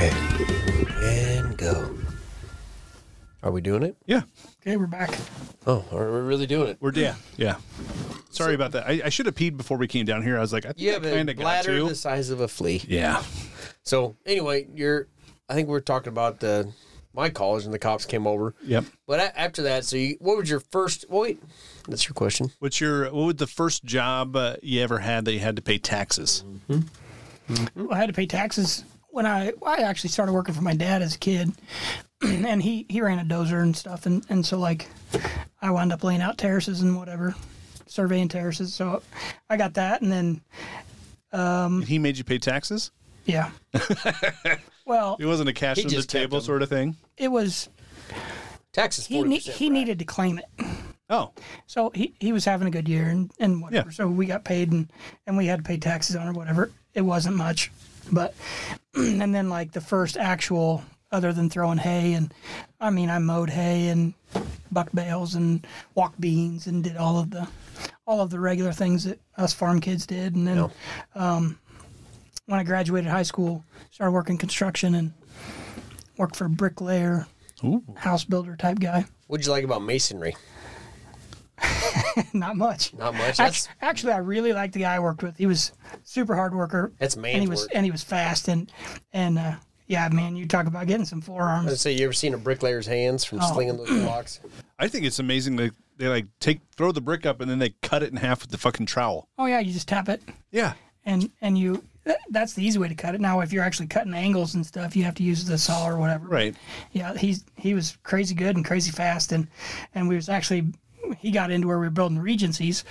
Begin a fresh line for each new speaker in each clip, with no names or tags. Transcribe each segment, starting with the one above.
Okay. And go. Are we doing it?
Yeah,
Okay, we're back.
Oh, are we really doing it?
we're yeah yeah. Sorry about that. I, I should have peed before we came down here. I was like, I think
You
yeah, I
have
kind
a
of got
bladder
to.
the size of a flea.
yeah,
So anyway, you're. I think we are talking about uh, my college, and the cops came over.
yep.
But a- after that, so you, what was your first? well, Wait, that's your question.
What's your what was the first job uh, you ever had that you had to pay taxes?
I had to pay taxes when I I actually started working for my dad as a kid, and he he ran a dozer and stuff, and and so like I wound up laying out terraces and whatever, surveying terraces. So I got that, and then
He made you pay taxes.
yeah. well,
It wasn't a cash
He
on the
just kept
table
them.
sort of thing.
it was
Taxes.
he
40%,
ne- he
right?
needed to claim it.
Oh,
So he, he was having a good year and, and whatever.
Yeah.
So we got paid and, and we had to pay taxes on it or whatever. It wasn't much. But and then like the first actual other than throwing hay and I mean I mowed hay and buck bales and walked beans and did all of the all of the regular things that us farm kids did and then um, when I graduated high school started working construction and worked for a bricklayer
Ooh.
house builder type guy
What'd you like about masonry?
not much
Not much.
Act-
That's
actually, I really liked the guy I worked with. He was super hard worker.
That's
and he
man's
was
work.
and he was fast and and uh, yeah, man, you talk about getting some
I
forearms.
say you ever seen a bricklayer's hands from
Oh.
slinging those blocks?
I think it's amazing that they like take throw the brick up and then they cut it in half with the fucking trowel.
Oh yeah, you just tap it
Yeah.
and and you. that- That's the easy way to cut it. Now, if you're actually cutting angles and stuff, you have to use the saw or whatever.
Right.
Yeah, he's he was crazy good and crazy fast, and and we was actually he got into where we were building regencies,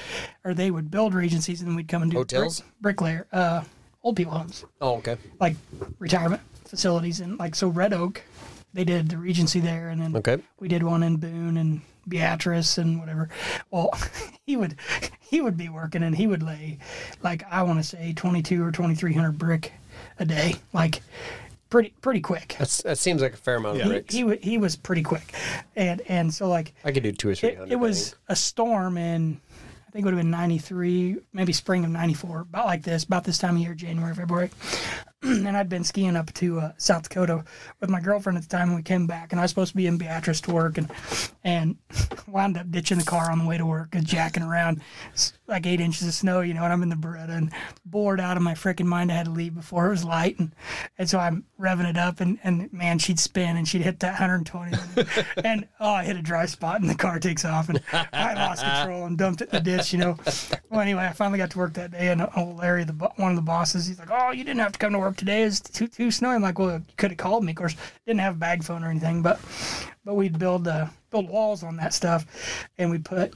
or they would build regencies, and then we'd come and do brick-
Hotels?
bricklayer, uh, old people homes.
Oh, okay.
like retirement facilities and like so Red Oak, they did the Regency there and then
Okay.
we did one in Boone and Beatrice and whatever. Well, he would he would be working and he would lay like I want to say 22 or 2300 brick a day, like pretty pretty quick.
That's that seems like a fair amount of
He,
bricks.
he wa- he was pretty quick. And and so like
I could do two or three
it,
hundred.
it
I
was
think.
a storm in I think it would have been 93, maybe spring of 94, about like this, about this time of year, January, February. and I'd been skiing up to uh, South Dakota with my girlfriend at the time, and we came back, and I was supposed to be in Beatrice to work, and and wound up ditching the car on the way to work, and jacking around s- like eight inches of snow, you know, and I'm in the Beretta and bored out of my freaking mind. I had to leave before it was light, and and so I'm revving it up, and and man, she'd spin and she'd hit that 120, and, and oh, I hit a dry spot, and the car takes off, and I lost control and dumped it in the ditch, you know. Well, anyway, I finally got to work that day, and old Larry, the bo- one of the bosses, he's like, "Oh, you didn't have to come to work today. It's too too snowy." I'm like, "Well, you could have called me. Of course, didn't have a bag phone or anything, but but we'd build uh, build walls on that stuff, and we put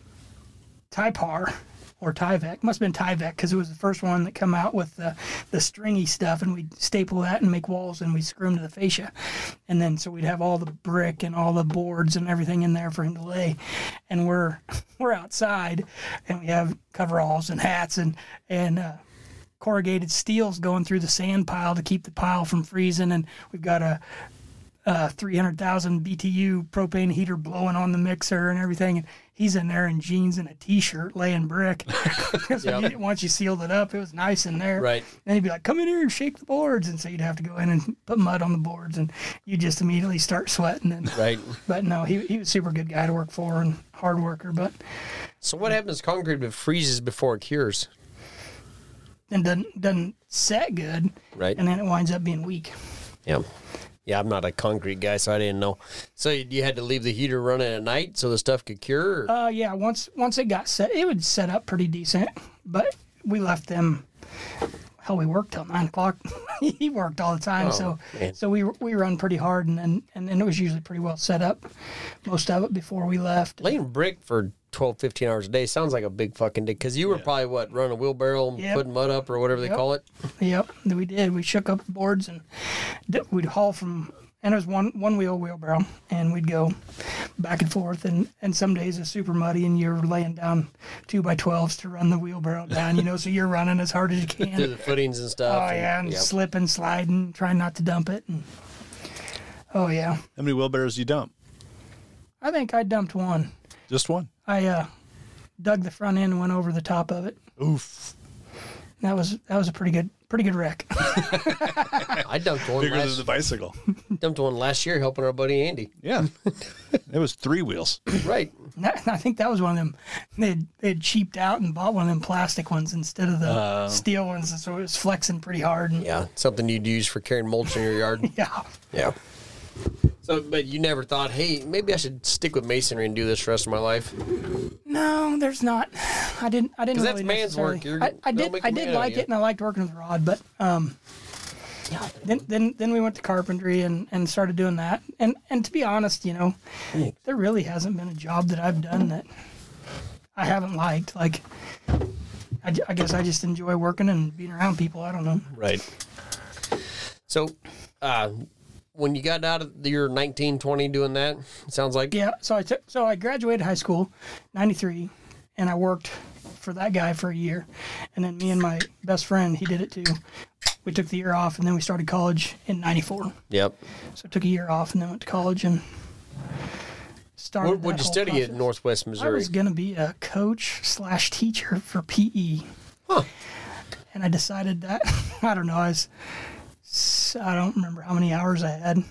Typar or Tyvek. Must have been Tyvek because it was the first one that come out with the, the stringy stuff, and we'd staple that and make walls, and we'd screw them to the fascia, and then so we'd have all the brick and all the boards and everything in there for him to lay, and we're we're outside, and we have coveralls and hats and and. Uh, corrugated steels going through the sand pile to keep the pile from freezing and we've got a uh, 300,000 BTU propane heater blowing on the mixer and everything. And he's in there in jeans and a t-shirt laying brick. 'Cause when you- once you sealed it up, it was nice in there.
Right.
Then he'd be like, come in here and shake the boards. And so you'd have to go in and put mud on the boards and you just immediately start sweating. And,
right.
But no, he, he was a super good guy to work for and hard worker, but
So what happens to concrete if it freezes before it cures?
then doesn't, doesn't set good.
Right.
And then it winds up being weak.
Yeah. Yeah, I'm not a concrete guy, so I didn't know. So you you had to leave the heater running at night so the stuff could cure. Or?
Uh, yeah. Once once it got set, it would set up pretty decent. But we left them. Hell, we worked till nine o'clock. he worked all the time, so
man.
so we we run pretty hard, and then and then it was usually pretty well set up, most of it before we left.
Laying brick for 12, 15 hours a day sounds like a big fucking dick. Because you were probably what running a wheelbarrow, and
Yep.
putting mud up or whatever they
Yep.
call it.
Yep, we did. We shook up boards and d- we'd haul from, and it was one one wheel wheelbarrow, and we'd go back and forth. And and some days it's super muddy, and you're laying down two by twelves to run the wheelbarrow down, you know. So you're running as hard as you can.
through the footings and
Oh
stuff. and-
yeah, and
yep.
slipping, sliding, trying not to dump it. And, oh yeah,
How many wheelbarrows do you dump?
I think I dumped one.
Just one.
I uh, dug the front end, and went over the top of it.
Oof.
That was that was a pretty good pretty good wreck.
I dumped one
Bigger than
last,
the bicycle.
dumped one last year helping our buddy Andy.
Yeah. it was three wheels.
Right.
And that- I think that was one of them. They had, they had cheaped out and bought one of them plastic ones instead of the steel ones, and so it was flexing pretty hard. And,
Uh. Yeah. Something you'd use for carrying mulch in your yard.
yeah.
yeah. So, but you never thought, hey, maybe I should stick with masonry and do this for the rest of my life.
No, there's not. I didn't. I didn't.
'Cause that's
really
man's work.
necessarily-
You're-
I, I
they'll
did.
make a
I did
man out of
like
you.
it, and I liked working with Rod. But um, yeah. Then then then we went to carpentry and and started doing that. And and to be honest, you know, there really hasn't been a job that I've done that I haven't liked. Like, I, ju- I guess I just enjoy working and being around people. I don't know.
Right. So, uh, when you got out of your 19, 20 doing that, it sounds like.
Yeah. So I took. So I graduated high school, '93, and I worked for that guy for a year, and then me and my best friend, he did it too. We took the year off, and then we started college in '94.
Yep.
So I took a year off, and then went to college and started.
What would
that
you
whole
study
process.
at Northwest
I
Missouri?
was gonna be a coach slash teacher for PE,
Huh.
and I decided that I don't know. I was s- I don't remember how many hours I had.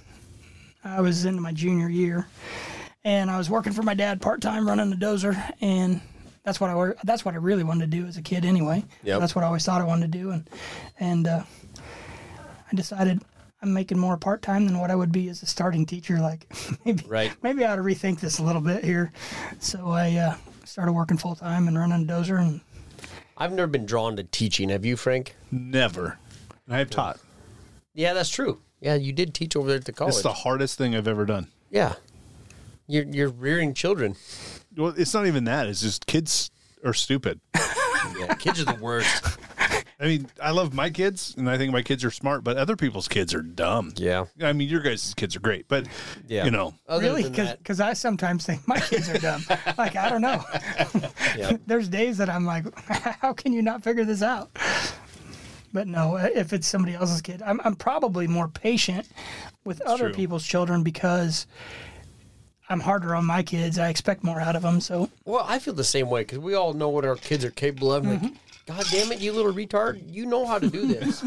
I was into my junior year, and I was working for my dad part time running a dozer, and that's what I wor- that's what I really wanted to do as a kid anyway.
Yep.
That's what I always thought I wanted to do, and and uh, I decided I'm making more part time than what I would be as a starting teacher. Like maybe
Right.
maybe I ought to rethink this a little bit here. So I uh, started working full time and running a dozer, and
I've never been drawn to teaching. Have you, Frank?
Never. And I've taught.
Yeah, that's true. Yeah, you did teach over there at the college.
It's the hardest thing I've ever done.
yeah. You're, you're rearing children.
Well, it's not even that. It's just kids are stupid.
Yeah, kids are the worst.
I mean, I love my kids, and I think my kids are smart, but other people's kids are dumb.
Yeah.
I mean, your guys' kids are great, but
Yeah.
you know,
Other
really,
than that-
because I sometimes think my kids are dumb. like I don't know.
Yeah.
There's days that I'm like, how can you not figure this out? But no, uh, if it's somebody else's kid, I'm, I'm probably more patient with other
true.
people's children because I'm harder on my kids. I expect more out of them. So
Well, I feel the same way because we all know what our kids are capable of. Like, God damn it, you little retard! You know how to do this.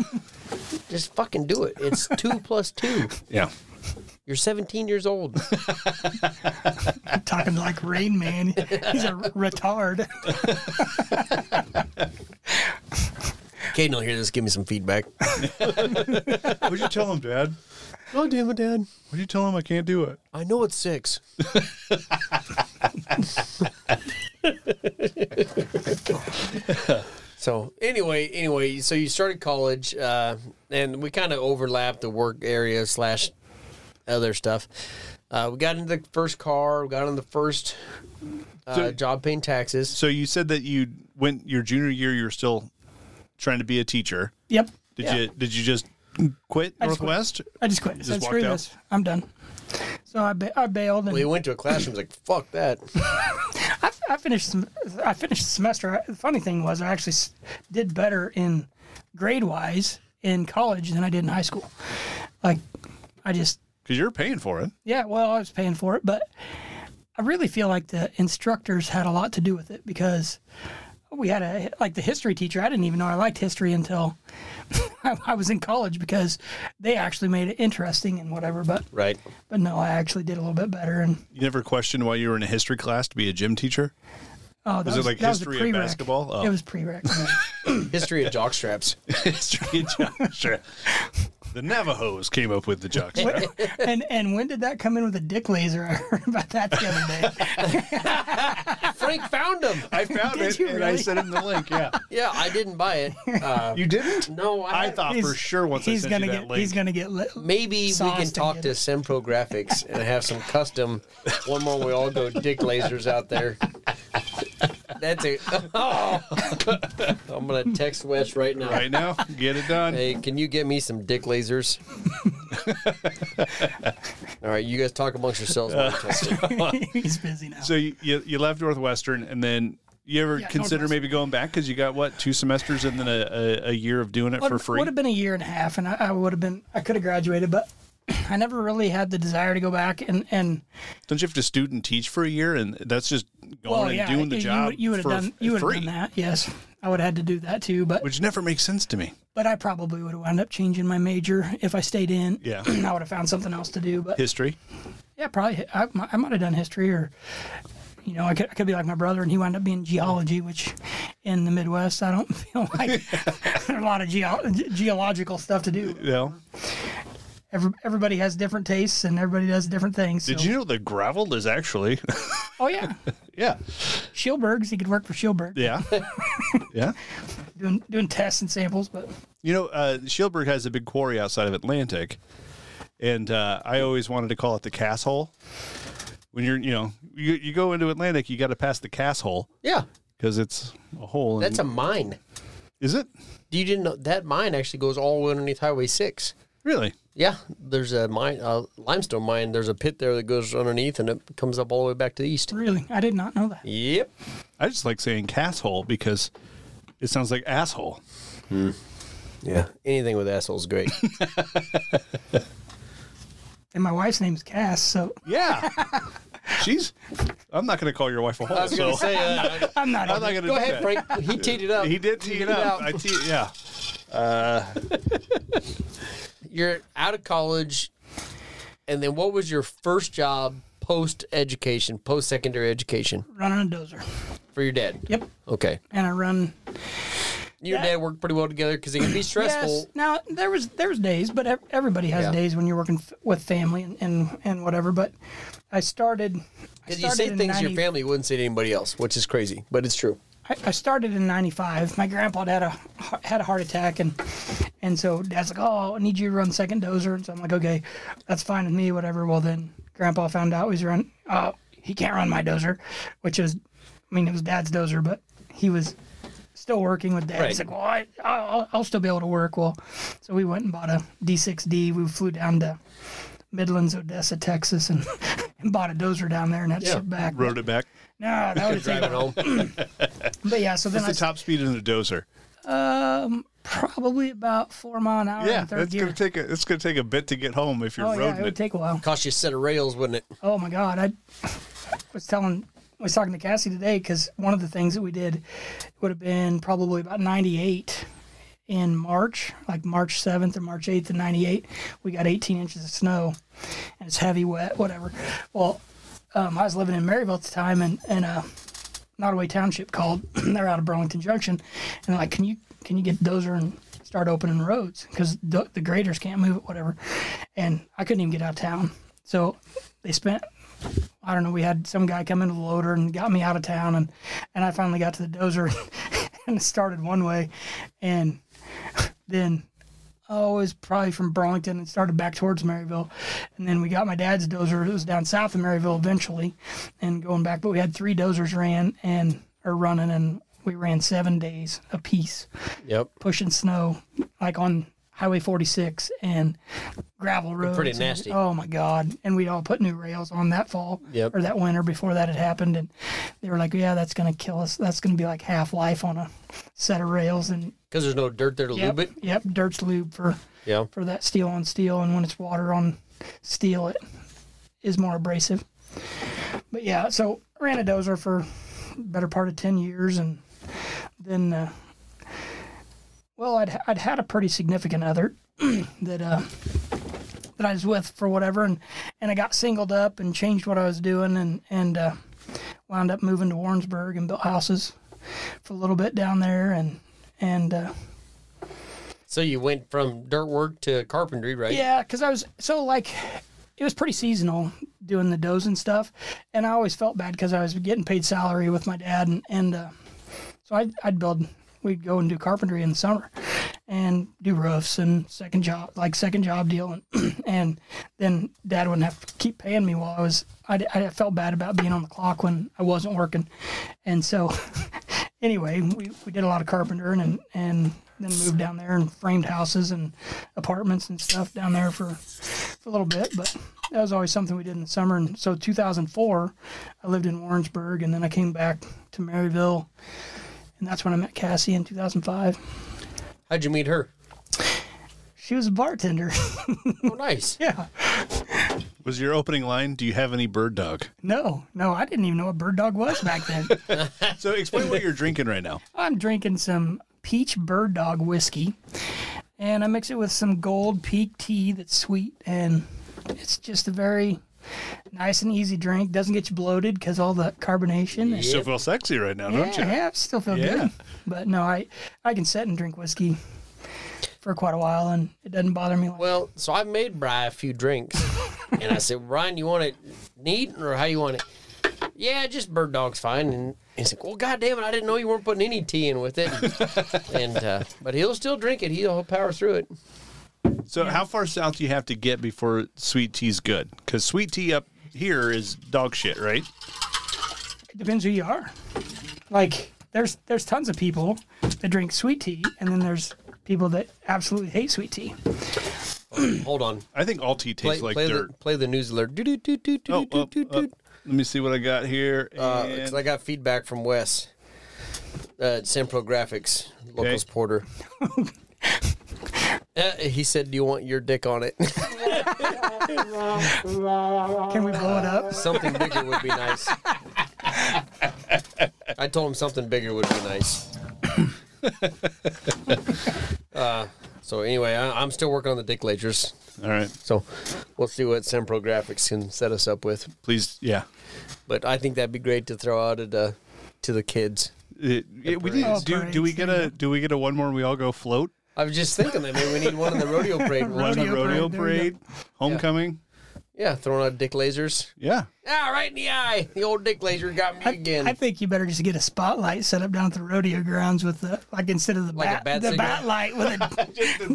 Just fucking do it. It's two plus two.
yeah.
You're 17 years old.
I'm talking like Rain Man. He's a retard.
Caden will hear this. Give me some feedback.
What'd you tell him, Dad?
oh damn it, Dad!
What'd you tell him? I can't do it.
I know it's six. so anyway, anyway, so you started college, uh, and we kind of overlapped the work area slash other stuff. Uh, we got into the first car. We got on the first uh,
So-
job paying taxes.
So you said that you went your junior year. You were still trying to be a teacher.
Yep.
Did
Yeah.
you? Did you just quit
just quit.
Northwest?
I just quit. I said,
walked
screw
out?
this. I'm done. So I, ba- I bailed and
We went to a classroom. was like, "Fuck that!"
I, I finished. Some, I finished the semester. The funny thing was, I actually s- did better in grade wise in college than I did in high school. Like, I just
Because you're paying for it.
yeah. Well, I was paying for it, but I really feel like the instructors had a lot to do with it because we had a like the history teacher. I didn't even know I liked history until I, I was in college because they actually made it interesting and whatever. But
Right.
but no, I actually did a little bit better and.
You never questioned why you were in a history class to be a gym teacher.
Oh, that
Was it like
that a
history of
prereq.
basketball? Oh.
It was prereq.
History of jock straps.
history of Joshua. The Navajoes came up with the jocks.
Wait, and and when did that come in with a dick laser? I heard about that the other day.
Frank found them.
I found
Did
it
you
and I
really?
sent him the link. Yeah,
Yeah, I didn't buy it. Uh,
you didn't.
no, I,
I thought
He's-
for sure once I
he's
sent
gonna
you that
get
link.
he's gonna get lit.
Maybe we
Sauce
can
to
talk
get
to
it.
Sempro Graphics and have some custom one more. We all go dick lasers out there. That's it. Oh. I'm gonna text Wes right now.
right now, get it done.
Hey, can you get me some dick lasers? all right, you guys talk amongst yourselves. while I text him.
he's busy now.
So you, you you left Northwestern, and then you ever
Yeah,
consider
Northwestern.
maybe going back because you got what two semesters and then a, a, a year of doing it for free.
Would have been a year and a half, and I, I would have been I could have graduated, but I never really had the desire to go back and and
Don't you have to student teach for a year, and that's just going
well
and
yeah
doing the
you,
job
would- you would have
for
done you would have
free.
done that yes. I would have had to do that too. But
which never makes sense to me.
but I probably would have wound up changing my major if I stayed in.
Yeah.
I would have found something else to do. But
History.
yeah, probably hi- I, mi- I might have done history or, you know, I could, I could be like my brother and he wound up being geology, which in the Midwest, I don't feel like there's a lot of geo- ge- geological stuff to do.
Yeah.
Every, everybody has different tastes and everybody does different things.
Did
so-
you know that gravel is actually?
Oh, yeah.
yeah.
Spielberg's, he could work for Spielberg
Yeah. yeah.
doing, doing tests and samples, but
You know, uh, Shieldburg has a big quarry outside of Atlantic, and uh, I always wanted to call it the Cass Hole. When you're, you know, you, you go into Atlantic, you got to pass the Cass Hole
Yeah,
because it's a hole.
that's a mine.
is it
Do you didn't know that mine actually goes all the way underneath Highway Six?
really?
Yeah, there's a mine, a limestone mine. There's a pit there that goes underneath, and it comes up all the way back to the east.
really, I did not know that.
Yep.
I just like saying Cass Hole because it sounds like asshole.
Yeah. Anything with assholes is great.
And my wife's name's Cass, so
Yeah, she's. I'm not going to call your wife a hole.
I was
so
going to say, uh,
I'm not.
I'm not going to
go
do
ahead,
that.
Frank. He teed it up.
He did tee it up. I tee, yeah.
You're out of college, and then what was your first job post education, post secondary education
running a dozer.
for your dad?
Yep.
Okay.
And I run
You and
Yeah.
dad worked pretty well together because it can be stressful.
Yes. Now there was there was days, but ev- everybody has
Yeah.
days when you're working f- with family and, and and whatever. But I started. I
Because you
started
say
in
things to
90
your family you wouldn't say to anybody else, which is crazy, but it's true.
I, I started in '95. My grandpa had a had a heart attack, and and so dad's like, "Oh, I need you to run second dozer." And so I'm like, "Okay, that's fine with me, whatever." Well, then grandpa found out he's run. Uh, he can't run my dozer, which is, I mean, it was dad's dozer, but he was still working with dad. He's
Right.
like, "Well, I, I'll, I'll still be able to work." Well, so we went and bought a D6D. We flew down to Midlands, Odessa, Texas, and, and bought a dozer down there and had it
Yeah.
shipped back.
Rode it back.
No, that would have
Driving
taken.
home.
But yeah, so then
What's
I
the top speed in a dozer?
um, probably about four mile an hour
Yeah,
in third
that's
gear.
going to take a. It's going to take a bit to get home if you're
oh yeah,
roading
it would
it.
take a while.
Cost you a set of rails, wouldn't it?
Oh my god, I was telling, I was talking to Cassie today because one of the things that we did would have been probably about '98 in March, like March 7th or March 8th in '98. We got 18 inches of snow, and it's heavy, wet, whatever. Well, um, I was living in Maryville at the time, and and uh, Nottoway Township called. They're out of Burlington Junction, and they're like, "Can you can you get dozer and start opening roads because the, the graders can't move it, whatever." And I couldn't even get out of town, so they spent. I don't know. We had some guy come in with a loader and got me out of town, and and I finally got to the dozer and started one way, and then oh, it was probably from Burlington and started back towards Maryville. And then we got my dad's dozer. It was down south of Maryville eventually and going back. But we had three dozers ran and are running and we ran seven days apiece
Yep.
pushing snow like on Highway 46 and gravel roads.
Pretty
and-
nasty.
oh my God. And we all put new rails on that fall
Yep.
or that winter before that had happened. And they were like, yeah, that's going to kill us. That's going to be like half life on a set of rails. And
Because there's no dirt there to
yep,
lube it.
yep, dirt's lube for
Yeah.
for that steel on steel, and when it's water on steel, it is more abrasive. But yeah, so ran a dozer for better part of ten years, and then uh, well, I'd I'd had a pretty significant other that uh, that I was with for whatever, and and I got singled up and changed what I was doing, and and uh, wound up moving to Warrensburg and built houses for a little bit down there, and and. Uh,
So you went from dirt work to carpentry, right?
Yeah, because I was so like, it was pretty seasonal doing the dozing stuff, and I always felt bad because I was getting paid salary with my dad, and and uh, so I'd, I'd build, we'd go and do carpentry in the summer, and do roofs and second job like second job deal, and and then dad wouldn't have to keep paying me while I was. I, I felt bad about being on the clock when I wasn't working, and so anyway, we, we did a lot of carpentering and, and then moved down there and framed houses and apartments and stuff down there for, for a little bit. But that was always something we did in the summer. And so 2004, I lived in Warrensburg and then I came back to Maryville. And that's when I met Cassie in 2005.
How'd you meet her?
She was a bartender.
Oh, nice.
yeah.
Was your opening line? Do you have any bird dog?
No, no, I didn't even know what bird dog was back then.
So explain what you're drinking right now.
I'm drinking some peach bird dog whiskey, and I mix it with some gold peak tea that's sweet, and it's just a very nice and easy drink. Doesn't get you bloated because all the carbonation.
You still feel sexy right now,
yeah,
don't you?
yeah, I still feel
Yeah.
good. But no, I I can sit and drink whiskey for quite a while, and it doesn't bother me. Like,
Well, so I made Bry a few drinks, and I said, "Brian, you want it neat or how you want it?" Yeah, just bird dog's fine. And he's like, "Well, goddamn it, I didn't know you weren't putting any tea in with it." and uh, but he'll still drink it. He'll power through it.
So how far south do you have to get before sweet tea's good? Because sweet tea up here is dog shit, right?
It depends who you are. Like there's there's tons of people that drink sweet tea, and then there's people that absolutely hate sweet tea.
Hold on.
I think all tea tastes
Play,
like
play
dirt.
the play the news alert. Doo doo doo doo doo
Oh,
doo
up,
doo
up.
doo.
let me see what I got here.
Uh,
and-
it's I got feedback from Wes uh, at Simpro Graphics, locals
Okay.
Porter. Uh, he said, "Do you want your dick on it?"
Can we blow it up?
Something bigger would be nice. I told him something bigger would be nice. Uh, so anyway, I, I'm still working on the dick latures.
all right,
So we'll see what Sempro Graphics can set us up with.
please, yeah.
But I think that'd be great to throw out at, uh, to the kids.
It- it- we didn't
parades.
do. Do we get a? Do we get a one more? and We all go float
I was just thinking that maybe we need one in the rodeo parade. One
on
time.
the rodeo
Rodeo parade, there you
parade, homecoming.
Yeah, throwing out dick lasers.
Yeah.
Ah, right in the eye. The old dick laser got me
I,
again.
I think you better just get a spotlight set up down at the rodeo grounds with the like instead of the
Like a
bat,
bat
the
cigarette?
bat light with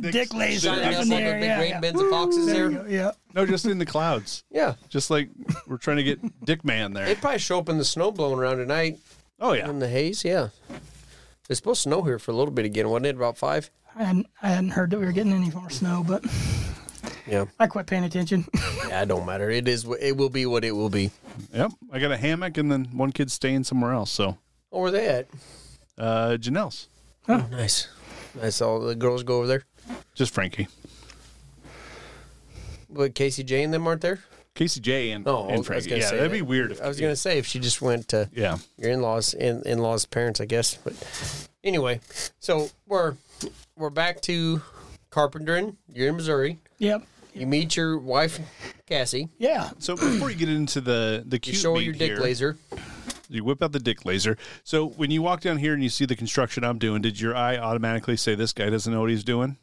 a dick, laser
shining
up
up
in
like a
there.
big
yeah,
rain
yeah.
bins of foxes
There
there.
you go, yeah.
No, just in the clouds.
Yeah.
Just like we're trying to get Dick Man there.
They'd probably show up in the snow blowing around tonight
Oh yeah.
in the haze. Yeah. It's supposed to snow here for a little bit again, wasn't it? About five?
I hadn't, I hadn't heard that we were getting any more snow, but
Yeah.
I quit paying attention.
Yeah, it don't matter. It is. wh- It will be what it will be.
Yep. I got a hammock and then one kid's staying somewhere else. So
Oh, where they at?
uh Janelle's.
Oh, nice. I saw the girls go over there.
Just Frankie.
But Casey Jane them aren't there.
Casey J and,
Oh, I
and
was
Frankie.
gonna
Yeah,
say
that'd
that.
be weird if
I was gonna say if she just went to
Yeah.
your in-laws in in-laws parents i guess but anyway so we're we're back to carpentering you're in missouri
yep.
you meet your wife cassie
Yeah.
So before you get into the the
you
cute
show her
meat
your dick
here,
laser
you whip out the dick laser. So when you walk down here and you see the construction I'm doing, did your eye automatically say this guy doesn't know what he's doing?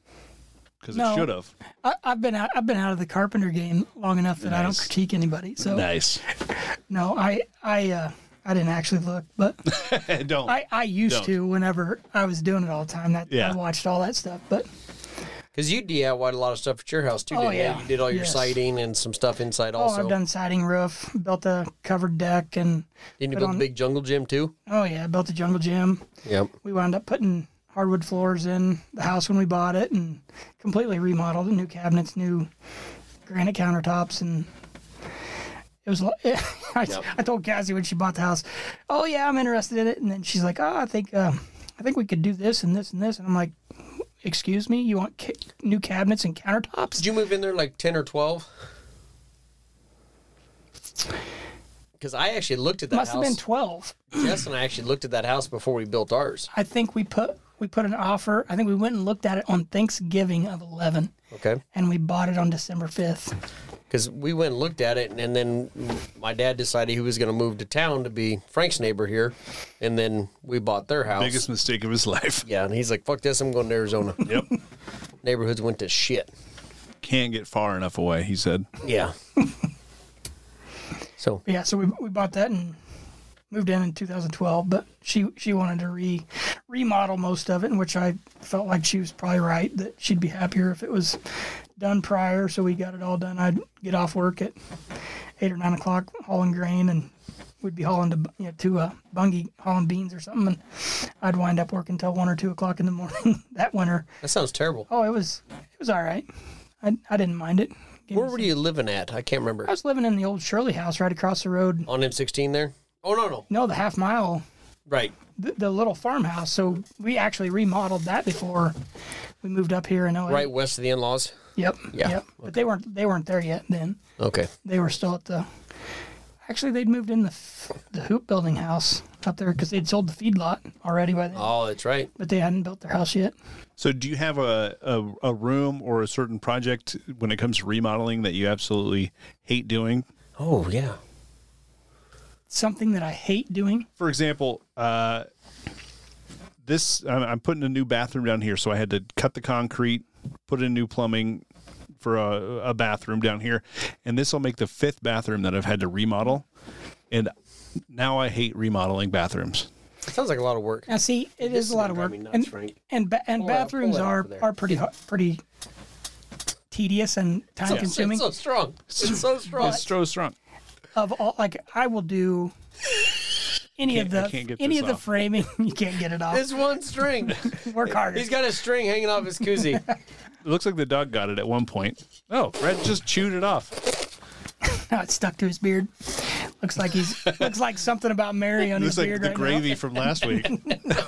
Because
No.
it should have.
I, I've been out. I've been out of the carpenter game long enough that I don't
Nice.
critique anybody. So
Nice.
no, I I uh, I didn't actually look, but
Don't.
I, I used
Don't.
to whenever I was doing it all the time. That
Yeah.
I watched all that stuff, but
because you DIY'd a lot of stuff at your house too
Oh,
didn't you?
yeah.
you did all your
Yes.
siding and some stuff inside
oh,
also
I've done siding roof, built a covered deck, and
didn't you
put
build a
on-
big jungle gym too
oh yeah, I built a jungle gym.
yep
We wound up putting hardwood floors in the house when we bought it, and completely remodeled, it, new cabinets, new granite countertops, and it was. lo- I, I told Cassie when she bought the house, "Oh yeah, I'm interested in it," and then she's like, "Oh, I think uh, I think we could do this and this and this," and I'm like. Excuse me, you want ca- new cabinets and countertops?
did you move in there like 10 or 12 because i actually looked at that
Must have
house
been 12.
jess and i actually looked at that house before we built ours
I think we put we put an offer. I think we went and looked at it on Thanksgiving of 11
okay
and we bought it on December 5th.
because we went and looked at it, and then my dad decided he was going to move to town to be Frank's neighbor here, and then we bought their house.
Biggest mistake of his life.
Yeah, and he's like, "Fuck this, I'm going to Arizona."
Yep.
Neighborhoods went to shit.
Can't get far enough away, he said.
Yeah. so
But yeah, so we, we bought that and moved in in 2012, but she she wanted to re remodel most of it, which I felt like she was probably right that she'd be happier if it was done prior. So we got it all done. I'd get off work at eight or nine o'clock hauling grain and we'd be hauling to you know to uh, Bungie hauling beans or something and I'd wind up working till one or two o'clock in the morning that winter
that sounds terrible.
Oh, it was it was all right. I I didn't mind it. Gave
Where
me
were
some-
you living at? I can't remember.
I was living in the old Shirley house right across the road.
On M16 there? Oh no no.
No, the half mile,
Right.
the, the little farmhouse. So we actually remodeled that before we moved up here in LA.
Right west of the in-laws.
Yep.
Yeah.
Yep. But they weren't they weren't there yet then.
Okay.
They were still at the. Actually, they'd moved in the f- the hoop building house up there because they'd sold the feedlot already by then,
Oh, that's right.
but they hadn't built their house yet.
So, do you have a, a, a room or a certain project when it comes to remodeling that you absolutely hate doing?
Oh yeah.
Something that I hate doing.
For example, uh, this I'm, I'm putting a new bathroom down here, so I had to cut the concrete, put in new plumbing for a, a bathroom down here, and this will make the fifth bathroom that I've had to remodel, and now I hate remodeling bathrooms.
Sounds like a lot of work.
Now, see, it is
This is
a lot of
gonna
work,
drive me
and
nuts, Frank.
and ba- and
Pull it out-
bathrooms
pull it out
are
from there.
are pretty har- pretty tedious and time consuming.
It's so strong. It's so strong.
It's so strong.
of all like I will do any of
Can't- I
the
can't get
any
this
of the
off.
framing. you can't get it off.
It's one string.
Work harder.
He's got a string hanging off his koozie.
It looks like the dog got it at one point. Oh, Red just chewed it off.
No, it's stuck to his beard. Looks like he's looks like something about Mary on his
Looks like
beard
the
right
gravy from last week.
now.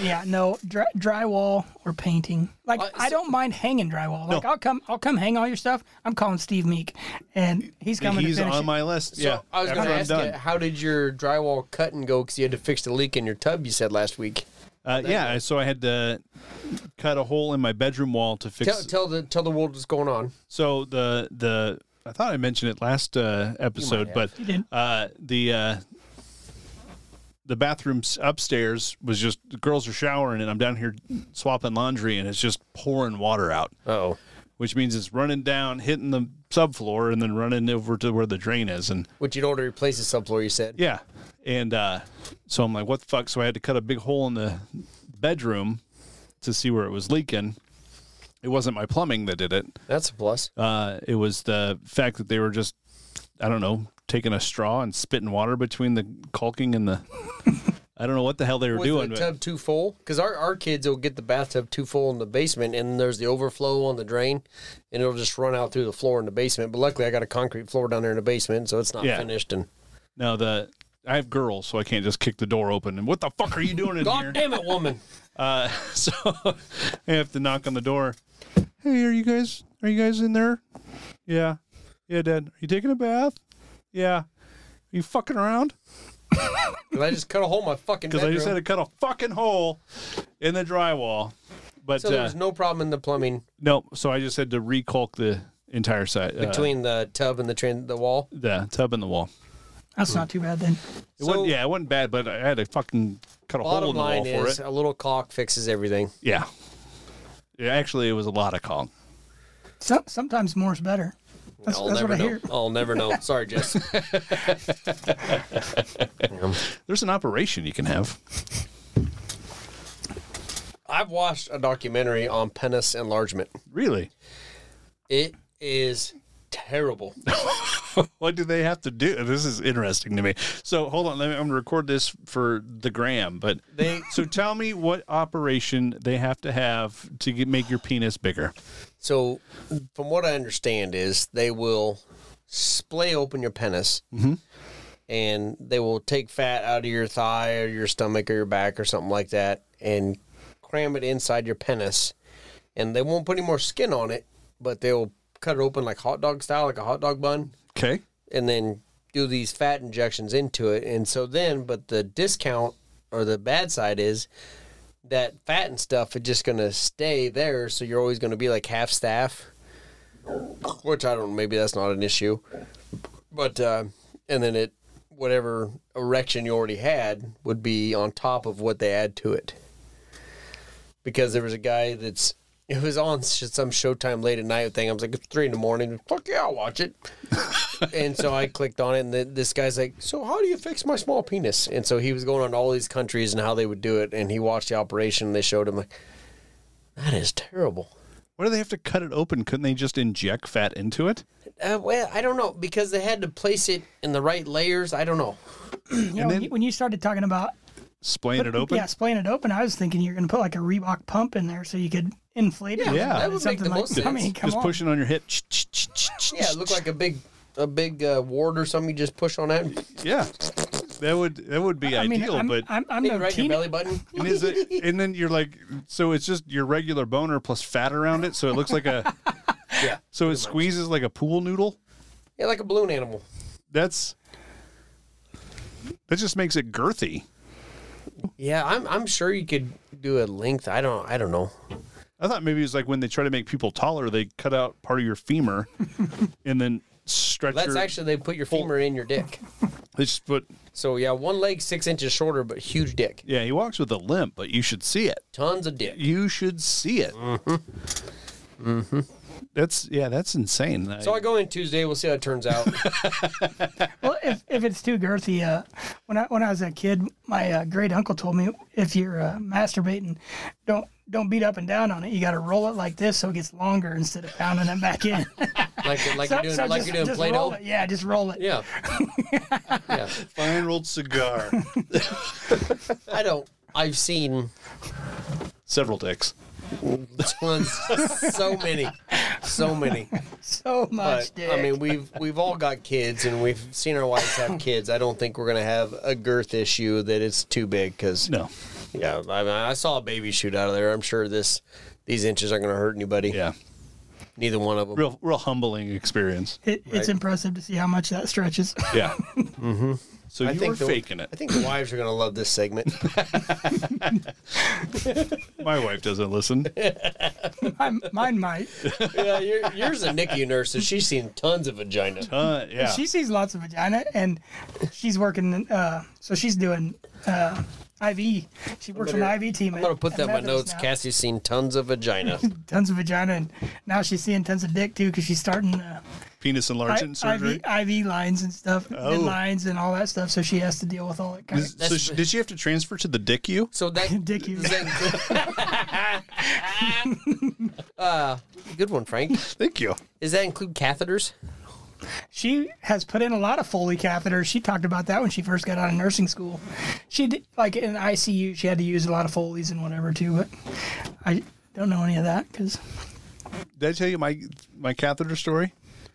Yeah, no dry, drywall or painting. Like
Uh,
I
so-
don't mind hanging drywall. Like I'll come I'll come hang all your stuff. I'm calling Steve Meek, and he's coming
He's
to finish
on
it.
my list. yeah,
So I was going
after
to
I'm
ask
done.
you, how did your drywall cut and go? Because you had to fix the leak in your tub. You said last week.
Uh, yeah, I- so I had to cut a hole in my bedroom wall to fix.
Tell, tell the tell the world what's going on.
so the the I thought I mentioned it last uh, episode,
have.
but
You did.
uh, the uh, the bathrooms upstairs was just the girls are showering and I'm down here swapping laundry and it's just pouring water out,
Oh,
which means it's running down, hitting the subfloor, and then running over to where the drain is and
which you'd order to replace the subfloor. You said.
Yeah. And uh, so I'm like, what the fuck? So I had to cut a big hole in the bedroom to see where it was leaking. It wasn't my plumbing that did it.
That's a plus.
Uh, it was the fact that they were just, I don't know, taking a straw and spitting water between the caulking and the. I don't know what the hell they were
Was
doing.
the
but-
tub too full? Because our, our kids will get the bathtub too full in the basement, and there's the overflow on the drain, and it'll just run out through the floor in the basement. But luckily, I got a concrete floor down there in the basement, so it's not
Yeah.
finished. And
no, the I have girls, so I can't just kick the door open and what the fuck are you doing in here?
God damn it, woman!
Uh, so I have to knock on the door. Hey, are you guys? Are you guys in there? Yeah, yeah, Dad. Are you taking a bath? Yeah. Are you fucking around?
'Cause I just cut a hole in my fucking
Because
bedroom.
I just had to cut a fucking hole in the drywall. But
so
uh,
there's no problem in the plumbing
no, so I just had to recaulk the entire side uh,
between the tub and the train, the wall.
the tub and the wall.
That's not too bad then.
It
So-
wasn't, yeah, it wasn't bad, but I had to fucking cut a hole
Bottom
in the wall
line
for
is,
it.
a little caulk fixes everything.
Yeah. yeah. Actually, it was a lot of caulk.
So, sometimes more is better. That's,
I'll
that's
never
what I
know.
hear.
I'll never know. Sorry, Jess.
There's an operation you can have.
I've watched a documentary on penis enlargement.
Really?
It is terrible.
What do they have to do? This is interesting to me. So hold on, let me, I'm going to record this for the gram. But
They
so tell me what operation they have to have to get, make your penis bigger.
So, from what I understand, is they will splay open your penis, and they will take fat out of your thigh or your stomach or your back or something like that, and cram it inside your penis, and they won't put any more skin on it, but they'll cut it open like hot dog style, like a hot dog bun,
Okay.
and then do these fat injections into it, and so then, but the discount or the bad side is. That fat and stuff are just gonna stay there, so you're always gonna be like half staff which I don't. Maybe that's not an issue, but uh, and then it whatever erection you already had would be on top of what they add to it. Because there was a guy that's it was on sh- some Showtime late at night thing. I was like, it's three in the morning. Fuck yeah, I'll watch it. and so I clicked on it, and th this guy's like, so how do you fix my small penis? And so he was going on all these countries and how they would do it, and he watched the operation. And they showed him like, that is terrible.
Why do they have to cut it open? Couldn't they just inject fat into it?
Uh, well, I don't know because they had to place it in the right layers. I don't know.
You know, when,
then-
you, when you started talking about
Splaying it open?
yeah, splaying it open, I was thinking you're going to put like a Reebok pump in there so you could inflate it.
Yeah,
Yeah. that
would make
something
the
like-
most sense.
I mean, come
Just
on.
pushing on your hip.
Yeah, it looked like a big, a big uh, ward or something. You just push on that.
Yeah. that would that would be
I mean,
ideal,
I'm,
but
I'm, I'm
Maybe
no
right in
teen-
your belly button.
and is it and then you're like so it's just your regular boner plus fat around it, so it looks like a
yeah.
so it squeezes like a pool noodle.
Yeah, like a balloon animal.
That's that just makes it girthy.
Yeah, I'm I'm sure you could do a length. I don't I don't know.
I thought maybe it was like when they try to make people taller, they cut out part of your femur and then stretch
That's
your.
actually they put your femur in your dick.
they just put.
So yeah, one leg six inches shorter, but huge dick.
Yeah, he walks with a limp, but you should see it.
Tons of dick.
You should see it. Mm-hmm. That's yeah, that's insane.
So I go in Tuesday. We'll see how it turns out.
Well, if, if it's too girthy, uh, when I when I was a kid, my uh, great uncle told me if you're uh, masturbating, don't don't beat up and down on it. You got to roll it like this so it gets longer instead of pounding it back in.
like like you're doing like
just-
you're doing
just
Play
roll
Doh.
it. Yeah, just roll it.
Yeah. yeah.
fine rolled cigar.
I don't. I've seen
Several dicks.
tons, so many, so many.
So
But
much, dude.
I mean, we've we've all got kids, and we've seen our wives have kids. I don't think we're gonna have a girth issue that it's too big because
No.
Yeah, I, mean, I saw a baby shoot out of there. I'm sure this these inches aren't going to hurt anybody.
Yeah.
neither one of them.
Real real humbling experience.
It, It's impressive to see how much that stretches.
Yeah. mm-hmm. So
I
you were
think the-
faking
I
it.
think the wives are going to love this segment.
My wife doesn't listen.
mine, mine might.
yeah, you're, yours a NICU nurse, so she's seen tons of vagina.
Uh, yeah.
She sees lots of vagina, and she's working. Uh, so she's doing uh, IV. She works
gonna-
on the IV team.
I'm going to put that in my notes. Cassie's seen tons of vagina.
Tons of vagina, and now she's seeing tons of dick too because she's starting uh,
Penis
I,
enlargement surgery.
IV, IV lines and stuff,
Oh.
and lines and all that stuff. So she has to deal with all that kind
Is- so
That's-
she, did she have to transfer to the dick you?
So
of
that
dick use.
Uh, good one, Frank.
Thank you.
Does that include catheters?
She has put in a lot of Foley catheters. She talked about that when she first got out of nursing school. She did, like in ICU, she had to use a lot of Foleys and whatever too, but I don't know any of that because
Did I tell you my my catheter story?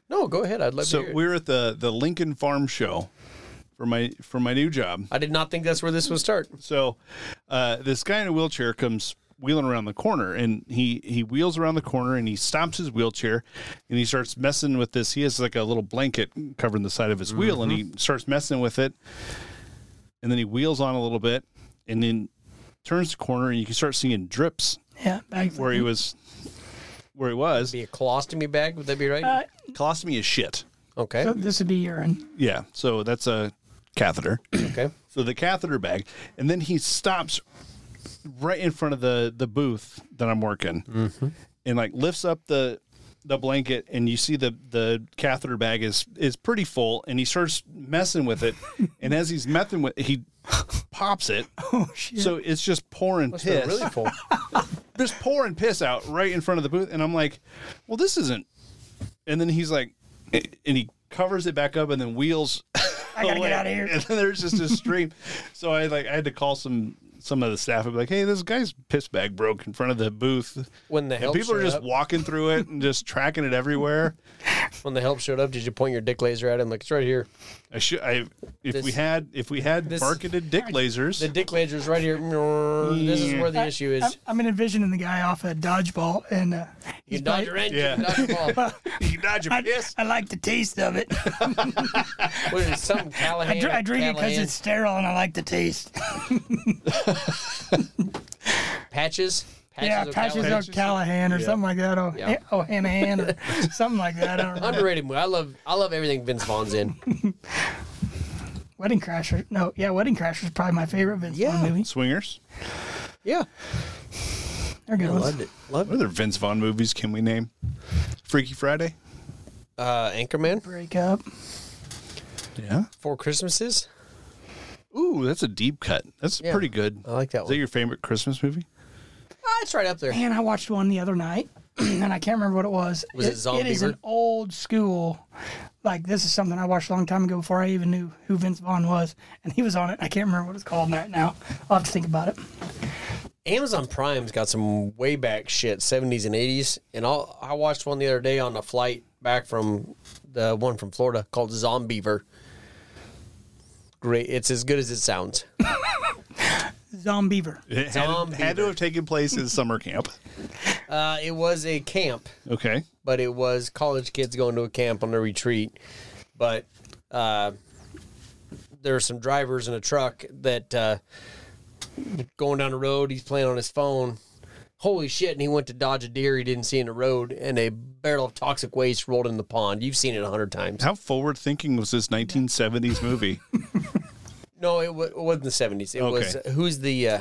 No, go ahead. I'd love to
So
hear. it.
we were at the the Lincoln Farm Show for my for my new job.
I did not think that's where this would start.
So uh, this guy in a wheelchair comes wheeling around the corner, and he he wheels around the corner and he stops his wheelchair, and he starts messing with this. He has like a little blanket covering the side of his wheel, and he starts messing with it, and then he wheels on a little bit, and then turns the corner, and you can start seeing drips
yeah, back
where he was. Where he was,
Mm-hmm. Be a colostomy bag? Would that be right?
Uh,
colostomy is shit.
okay.
so this would be urine.
Yeah, so that's a catheter.
Okay.
So the catheter bag, and then he stops right in front of the the booth that I'm working,
Mm-hmm.
and like lifts up the the blanket, and you see the the catheter bag is is pretty full, and he starts messing with it, and as he's messing with, he pops it,
Oh shit!
so it's just pouring
Must have
piss,
been really full.
just pouring piss out right in front of the booth, and I'm like, well, this isn't, and then he's like, and he covers it back up, and then wheels
I gotta get
away.
out of here.
And then there's just a stream. so I like I had to call some some of the staff and be like, hey, this guy's piss bag broke in front of the booth.
When the
and
help
people are
showed
just
up.
walking through it and just tracking it everywhere.
When the help showed up, did you point your dick laser at him? Like, it's right here.
I should I if
This-
we had if we had
this-
marketed dick lasers.
The dick laser's right here. This is where the issue
I'm,
is.
I'm envisioning the guy off a dodgeball, and uh,
You
he's
can dodge
probably-
a wrench,
Yeah.
you can dodge a ball.
you can dodge
I,
a piss.
I like the taste of it.
What is it, something Callahan?
I, dr- I drink it because
Callahan
it's sterile, and I like the taste.
patches. Patches
yeah,
of
Patches
Callahan.
O'Callahan or something like that. Oh,
Yeah.
oh Hanahan or something like that. I don't remember.
Underrated movie. I love. I love everything Vince Vaughn's in.
Wedding Crasher. No, yeah, Wedding Crasher is probably my favorite Vince
Yeah.
Vaughn movie.
Swingers.
Yeah,
They're good ones.
loved it. Loved
What other Vince Vaughn movies can we name? Freaky Friday.
Uh, Anchorman.
Break up.
Yeah.
Four Christmases.
Ooh, that's a deep cut. That's
Yeah.
pretty good.
I like that
Is that
one.
your favorite Christmas movie?
Ah, it's right up there.
And I watched one the other night, and I can't remember what it was.
Was it
It is
Zombiever?
an old school. Like this is something I watched a long time ago before I even knew who Vince Vaughn was, and he was on it. I can't remember what it's called right now. I'll have to think about it.
Amazon Prime's got some way back shit, seventies and eighties. And i I watched one the other day on a flight back from the one from Florida called Zombiever. great. It's as good as it sounds.
Zombiever.
It had,
Tom
had to
Beaver.
have taken place in summer camp.
Uh, it was a camp,
Okay.
but it was college kids going to a camp on a retreat. But uh, there were some drivers in a truck that uh, going down the road. He's playing on his phone. Holy shit! And he went to dodge a deer he didn't see in the road, and a barrel of toxic waste rolled in the pond. You've seen it a hundred times.
How forward thinking was this 1970s movie?
No, it, w- it wasn't the seventies. It was
Okay.
uh, who's the uh,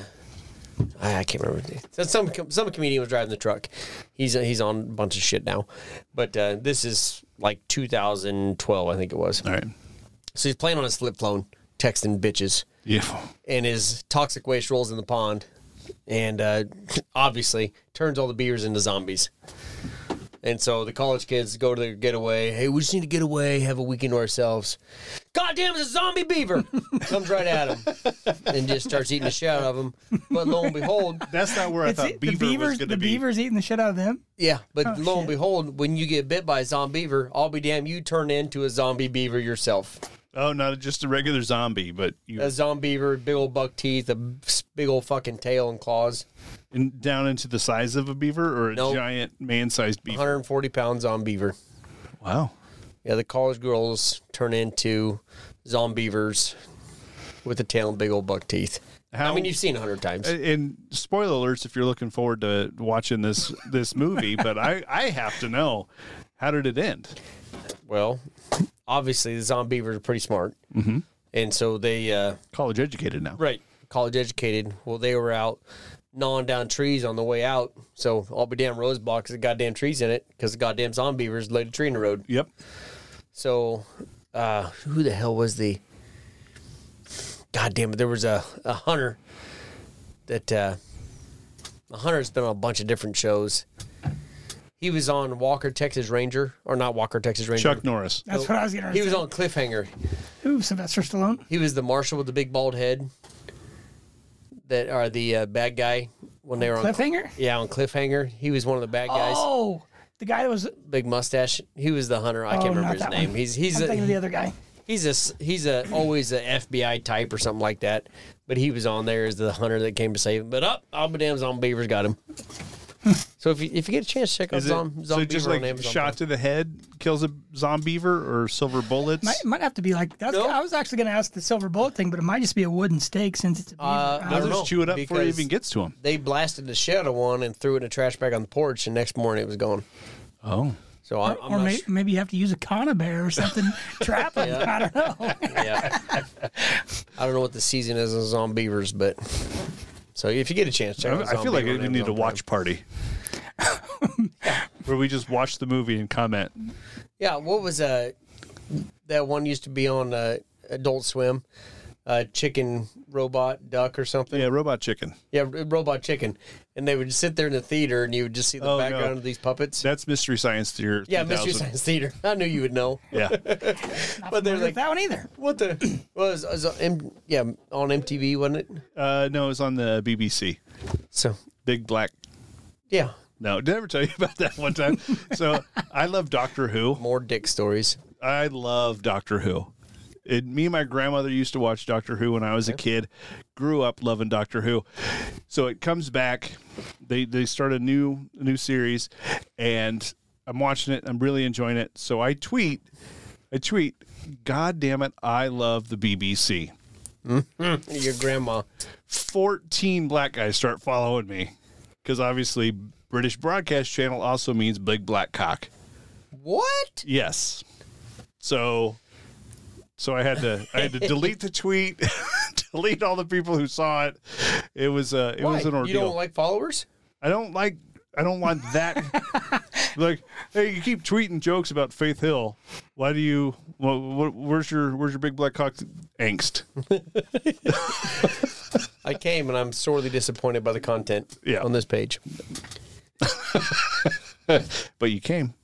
I I can't remember. So Some com- some comedian was driving the truck. He's uh, he's on a bunch of shit now, but uh, this is like 2012, I think it was.
All right.
So he's playing on his flip phone, texting bitches,
Yeah.
and his toxic waste rolls in the pond, and uh, obviously turns all the beavers into zombies. And so the college kids go to their getaway. Hey, we just need to get away, have a weekend to ourselves. Goddamn, it's a zombie beaver comes right at him and just starts eating the shit out of him. But lo and behold,
That's not where I
It's
thought
it-
Beaver
the
was
beavers,
going
the
to be.
beavers eating the shit out of them.
yeah, but
Oh,
lo and
shit.
behold, when you get bit by a zombie beaver, I'll be damned, you turn into a zombie beaver yourself.
Oh, not just a regular zombie, but you
A zombie beaver, big old buck teeth, a big old fucking tail and claws.
in, down into the size of a beaver or a
Nope.
giant man-sized beaver.
140 pound zombie beaver. Uh-huh.
Wow.
Yeah, the college girls turn into zombievers with a tail and big old buck teeth.
How-
I mean, you've seen a hundred times.
And spoiler alerts if you're looking forward to watching this this movie, but I I have to know how did it end?
well, obviously the zombievers are pretty smart, mm-hmm. and so they uh,
College educated now.
right college educated. Well, they were out gnawing down trees on the way out, so all be damn rose box had goddamn trees in it because the goddamn zombievers laid a tree in the road.
Yep.
So, uh, who the hell was the? God damn it! There was a, a hunter that uh, a hunter's been on a bunch of different shows. He was on Walker Texas Ranger, or not Walker Texas Ranger.
Chuck Norris.
That's what I was getting.
Oh, He was on Cliffhanger.
Ooh, Sylvester Stallone.
He was the marshal with the big bald head. That are the uh, bad guy when they were on
Cliffhanger.
Yeah, on Cliffhanger. He was one of the bad guys.
Oh, the guy that was.
Big mustache. He was the hunter. I
Oh,
can't
not
remember his
that
name.
one.
He's he's
I'm
a,
thinking of the other guy.
he's a s- he's a always a FBI type or something like that. But he was on there as the hunter that came to save him. But up, oh, but damn, zombie beavers got him. So if you, if you get a chance, check out
Is it,
Zom,
so
Zombie
just
Beaver
like
on Amazon.
shot to the head kills a zombeaver or silver bullets?
Might, might have to be like that's,
No.
I was actually going to ask the silver bullet thing, but it might just be a wooden stake since it's a beaver.
Uh,
I
no,
don't
no,
know.
Others chew it up before it
because-
even gets to him.
They blasted the shit out of one and threw it in a trash bag on the porch, and next morning it was gone.
Oh.
So I'm, I'm
or
not
may,
sure.
maybe you have to use a conibear or something trap them. I don't know.
yeah. I don't know what the season is on zombievers, but so if you get a chance, check.
I,
out
I feel like
Zombiever
I
on
didn't need a
Amazon Prime.
watch party. Where we just watch the movie and comment.
Yeah, what was uh that one used to be on uh, Adult Swim? Uh, chicken robot duck or something.
Yeah, Robot Chicken.
Yeah, r- robot chicken. And they would sit there in the theater, and you would just see the
Oh, no.
background of these puppets.
That's Mystery Science Theater.
yeah, Mystery
2000.
Science Theater. I knew you would know.
Yeah.
But they're like,
that one either.
what the was was on M- yeah on MTV, wasn't it?
Uh, no, it was on the BBC.
So
Big Black.
yeah,
No, did I ever tell you about that one time? so I love Doctor Who.
more dick stories.
I love Doctor Who. It, me and my grandmother used to watch Doctor Who when I was a kid. Grew up loving Doctor Who. So it comes back. They they start a new new series, and I'm watching it. I'm really enjoying it. So I tweet, I tweet, God damn it, I love the BBC.
Your grandma.
14 black guys start following me because obviously British Broadcast Channel also means big black cock.
What?
Yes. So so I had to I had to delete the tweet, delete all the people who saw it. It was uh it was an
Why?
ordeal.
You don't like followers?
I don't like I don't want that like hey you keep tweeting jokes about Faith Hill. Why do you well, wh- where's your where's your big black cock angst?
I came and I'm sorely disappointed by the content
Yeah.
on this page.
But you came.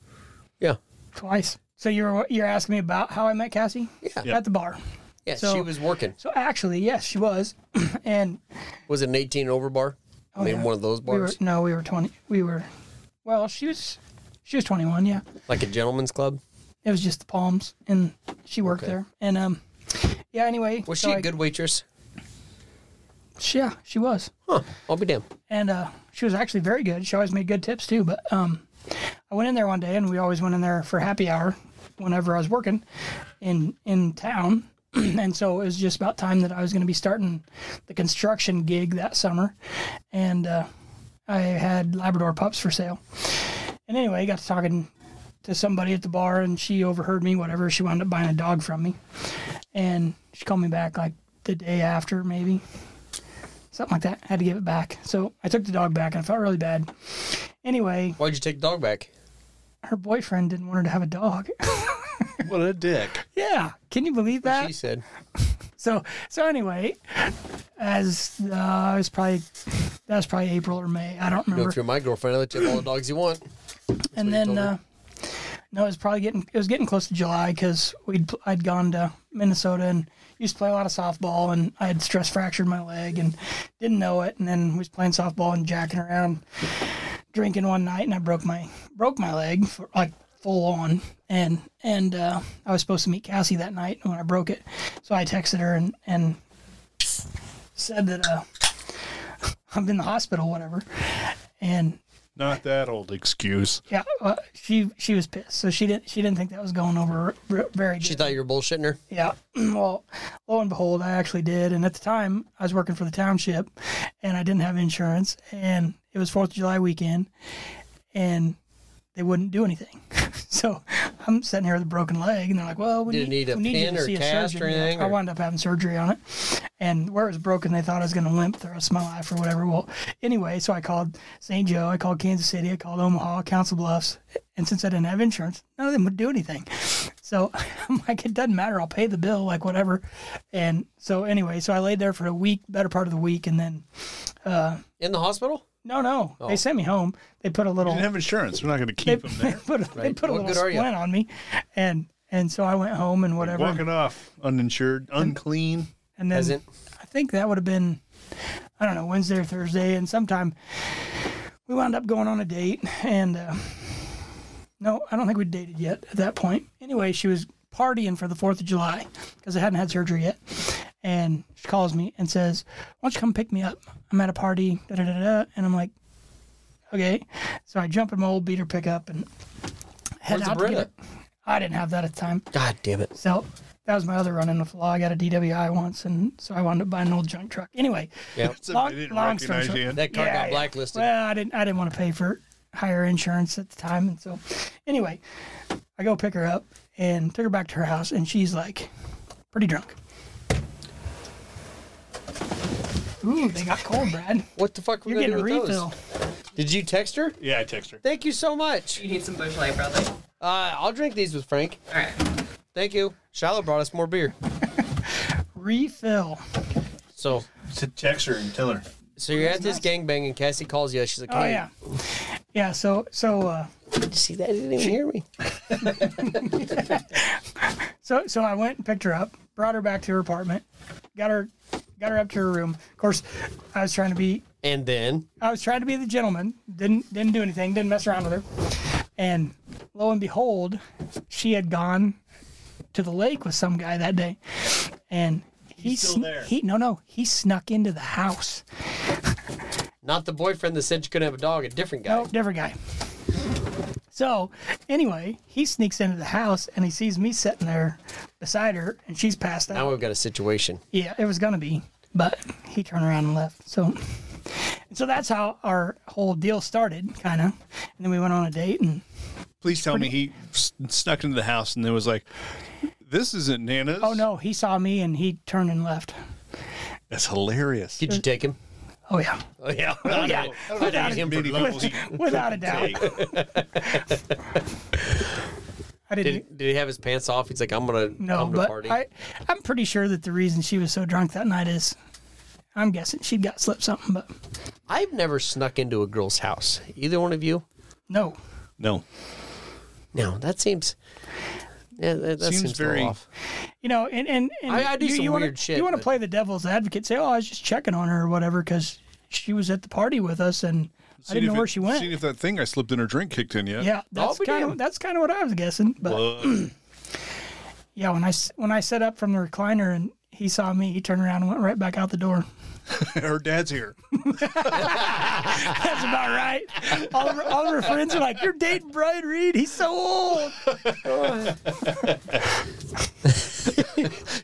Yeah.
Twice. So you're you're asking me about how I met Cassie?
Yeah.
Yeah.
At the bar.
Yeah,
So-
she was working.
So actually, yes, she was, and
Was it an 18 over bar? I mean,
Oh, yeah.
one of those
we were
bars,
no, we were twenty. We were, well, she was she was twenty one. Yeah,
like a gentleman's club.
it was just the Palms, and she worked there, and um, yeah. Anyway,
Was
so
she
I-
a good waitress?
Yeah, she was.
Huh. I'll be damned.
and uh, she was actually very good. She always made good tips too. But um, I went in there one day, and we always went in there for happy hour whenever I was working in in town. and so it was just about time that I was going to be starting the construction gig that summer, and uh, I had Labrador pups for sale. And anyway, I got to talking to somebody at the bar, and she overheard me. Whatever, she wound up buying a dog from me, and she called me back like the day after, maybe something like that. had to give it back. So I took the dog back and I felt really bad. Anyway,
Why'd you take the dog back?
her boyfriend didn't want her to have a dog.
What a dick.
yeah, can you believe that?
She said.
So so anyway, as uh, I was probably that was probably April or May. I don't
You know,
remember.
if you're my girlfriend, I'll let you have all the dogs you want.
and
what you
then
told her.
uh, no, it was probably getting it was getting close to July because we'd pl- I'd gone to Minnesota and used to play a lot of softball and I had stress fractured my leg and didn't know it and then was playing softball and jacking around drinking one night and I broke my broke my leg for like full on and and uh, I was supposed to meet Cassie that night when I broke it so I texted her and and said that uh, I'm in the hospital whatever and
Not that old excuse.
yeah, well, she she was pissed, so she didn't she didn't think that was going over r- very good.
She thought you were bullshitting her.
yeah, well, lo and behold, I actually did, and at the time I was working for the township, and I didn't have insurance, and it was Fourth of July weekend, and they wouldn't do anything, so I'm sitting here with a broken leg, and they're like, "Well, we
Did it
need,
need a
we need you
pin
to
or
see a
cast or
surgeon." Yeah,
anything,
I
or-
wound up having surgery on it, and where it was broken, they thought I was going to limp the rest of my life or whatever. Well, anyway, so I called St. Joe, I called Kansas City, I called Omaha, Council Bluffs, and since I didn't have insurance, none of them would do anything. So I'm like, it doesn't matter. I'll pay the bill, like whatever. And so anyway, so I laid there for a week, better part of the week, and then
In the hospital?
no, no,
Oh.
they sent me home. They put a little
Didn't have insurance. We're not going to
they,
keep them there.
they put a, they
Right.
put a
What
little
good are ya?
splint on me, and and so I went home and whatever.
Walking off uninsured, unclean.
and then
Hasn't.
I think that would have been, I don't know, Wednesday or Thursday, and sometime we wound up going on a date, and uh, no, I don't think we dated yet at that point. Anyway, she was partying for the Fourth of July because I hadn't had surgery yet, and she calls me and says, "Why don't you come pick me up? I'm at a party." Da da da da, and I'm like, "Okay," so I jump in my old beater pickup and head
Where's the
out to get
Brita?
it. I didn't have that at the time.
God damn it.
So that was my other run in with the law. I got a DWI once, and so I wound up buying an old junk truck. Anyway,
Yeah.
Somebody didn't
long story
recognize
short-
you.
That car got blacklisted.
Well, I didn't. I didn't want to pay for higher insurance at the time, and so anyway, I go pick her up and took her back to her house, and she's like pretty drunk. Ooh, they got cold, Brad.
What the fuck were
You're
we
getting
gonna
a
do with
refill.
those? Did you text her?
Yeah, I text her.
Thank you so much.
You need some bush light, Bradley.
Uh, I'll drink these with Frank.
All right.
Thank you. Shiloh brought us more beer.
Refill.
So,
Text her and tell her.
so you're at this gangbang and Cassie calls you. She's like,
Oh
"Hey,
yeah, yeah. So so uh,
did you see that? He didn't even hear me."
So so I went and picked her up, brought her back to her apartment, got her got her up to her room. Of course, I was trying to be
And then
I was trying to be the gentleman. Didn't didn't do anything, didn't mess around with her. And lo and behold, she had gone to the lake with some guy that day. And he
He's still
sn-
there.
he no no, he snuck into the house.
Not the boyfriend that said you couldn't have a dog, a different guy.
Oh, different guy. So, anyway, he sneaks into the house and he sees me sitting there beside her and she's passed out.
Now we've got a situation.
Yeah, it was gonna be, but he turned around and left. So, and so that's how our whole deal started, kind of. And then we went on a date, and
Please tell me he s- snuck into the house and then was like, "This isn't Nana's."
oh no, he saw me and he turned and left.
that's hilarious.
Did you take him?
Oh yeah,
Oh yeah.
yeah.
I dated him for
Many
lunch.
people he
without a doubt.
take.
I didn't.
Did, did he have his pants off? He's like, I'm gonna
No,
come to
but
party.
I, I'm pretty sure that the reason she was so drunk that night is, I'm guessing she got slipped something, but
I've never snuck into a girl's house. Either one of you?
no.
No,
No, that seems. Yeah, that, that
Seems
seems, very
very-
off.
You know, and and, and
I- I do
you,
some
you wanna,
weird shit,
You want to
but-
play the devil's advocate, say, "Oh, I was just checking on her or whatever," because she was at the party with us, and I didn't know where she went.
See if that thing I slipped in her drink kicked in yet. Uh,
Yeah,
I'll
that's
be
kind of
damned.
that's kind of what I was guessing. But yeah, when I s- when I set up from the recliner and He saw me. He turned around and went right back out the door.
Her dad's here.
That's about right. All of, her, all of her friends are like, "You're dating Brian Reed. He's so old."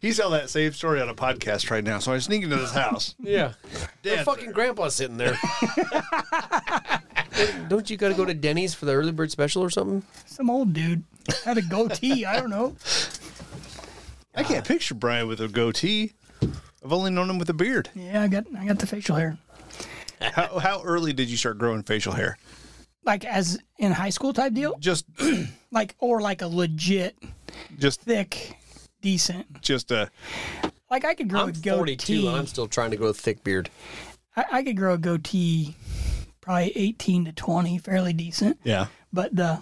He's telling that same story on a podcast right now. So I sneak into this house.
Yeah. Your
Dad's
fucking grandpa's sitting there. Don't you got to go to Denny's for the early bird special or something?
Some old dude had a goatee. I don't know.
I can't picture Brian with a goatee. I've only known him with a beard.
Yeah, I got I got the facial hair.
How, how early did you start growing facial hair?
Like as in high school type deal,
Just,
like or like a legit
just,
thick, decent.
just uh, a.
Like I could grow
I'm
a
42
goatee.
and I'm still trying to grow a thick beard.
I, I could grow a goatee, probably eighteen to twenty, fairly decent.
Yeah.
But the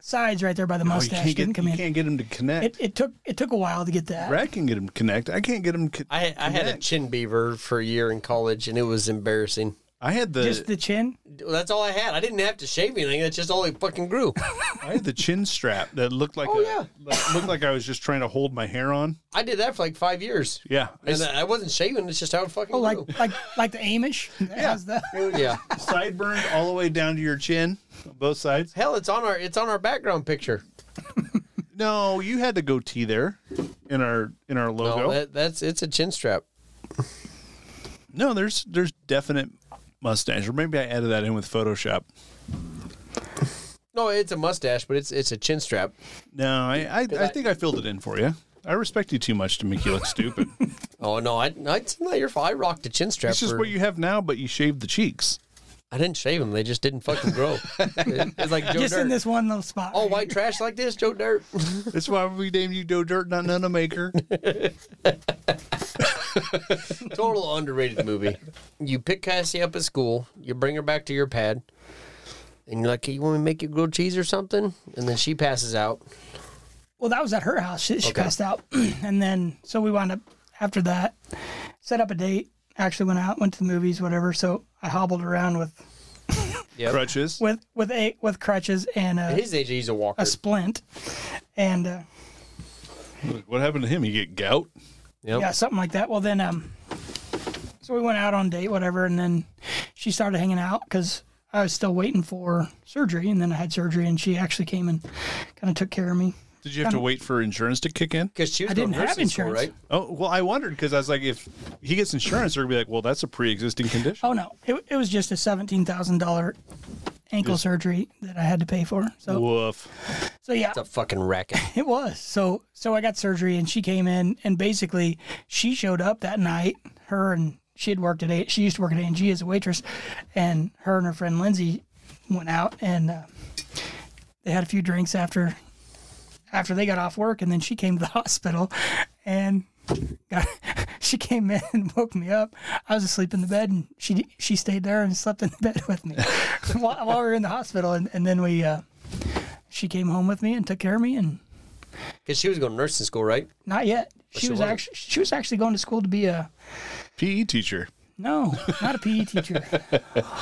sides right there by the
you
mustache
can't get,
didn't come
you
in.
can't get him to connect.
It, it took it took a while to get that.
Brad can get him to connect. I can't get him. Co-
I, I had a
connect.
chin beaver for a year in college and it was embarrassing.
I had the,
Just the chin.
That's all I had. I didn't have to shave anything. That's just all it fucking grew.
I had the chin strap that looked like
Oh,
a,
yeah.
like- looked like I was just trying to hold my hair on.
I did that for like five years.
Yeah. I
And I wasn't shaving. It's just how it fucking
Oh, like
grew.
like like the Amish. yeah. The,
yeah.
sideburned all the way down to your chin, on both sides.
Hell, it's on our it's on our background picture.
No, you had the goatee there in our in our
No,
logo. No,
Oh, that, that's it's a chin strap.
there's there's definite mustache, or maybe I added that in with Photoshop.
No, it's a mustache, but it's it's a chin strap.
No, I I, I think I filled it in for you. I respect you too much to make you look stupid.
Oh no, I, I it's not your fault. I rocked a chin strap.
it's just
for-
what you have now, but you shaved the cheeks.
I didn't shave them. They just didn't fucking grow. It- it's like Joe
just
Dirt.
in this one little spot.
All
right
white trash Oh, like this, Joe Dirt.
That's why we named you Doe Dirt, not None Maker.
Total underrated movie. You pick Cassie up at school. You bring her back to your pad. And you're like, hey, you want me to make you grilled cheese or something? And then she passes out.
Well, that was at her house. She, she
Okay.
passed out, and then so we wound up after that, set up a date. Actually went out, went to the movies, whatever. So I hobbled around with
Yep.
Crutches.
with with a with crutches and
At
a,
his age, he's a walker.
a splint, and uh,
What happened to him? He get gout.
Yep.
yeah, something like that. Well, then um, so we went out on date, whatever, and then she started hanging out because I was still waiting for surgery, and then I had surgery, and she actually came and kind of took care of me.
Did you have to
Um,
wait for insurance to kick in?
Because she was
I
going
didn't have
nursing school,
insurance.
right?
Oh well, I wondered because I was like, if he gets insurance, they're gonna be like, well, that's a pre-existing condition.
Oh no, it, it was just a seventeen thousand dollar ankle surgery that I had to pay for. So
Woof.
so yeah,
It's a fucking racket.
it was. So so I got surgery and she came in and basically she showed up that night. Her and she had worked at a she used to work at A and G as a waitress, and her and her friend Lindsay went out and uh, they had a few drinks after after they got off work and then she came to the hospital and got, she came in and woke me up i was asleep in the bed and she she stayed there and slept in the bed with me while, while we were in the hospital and, and then we uh, she came home with me and took care of me and
Because she was going to nursing school, right?
not yet. She,
she
was
wasn't.
actually she was actually going to school to be a
PE E teacher.
no, not a PE teacher.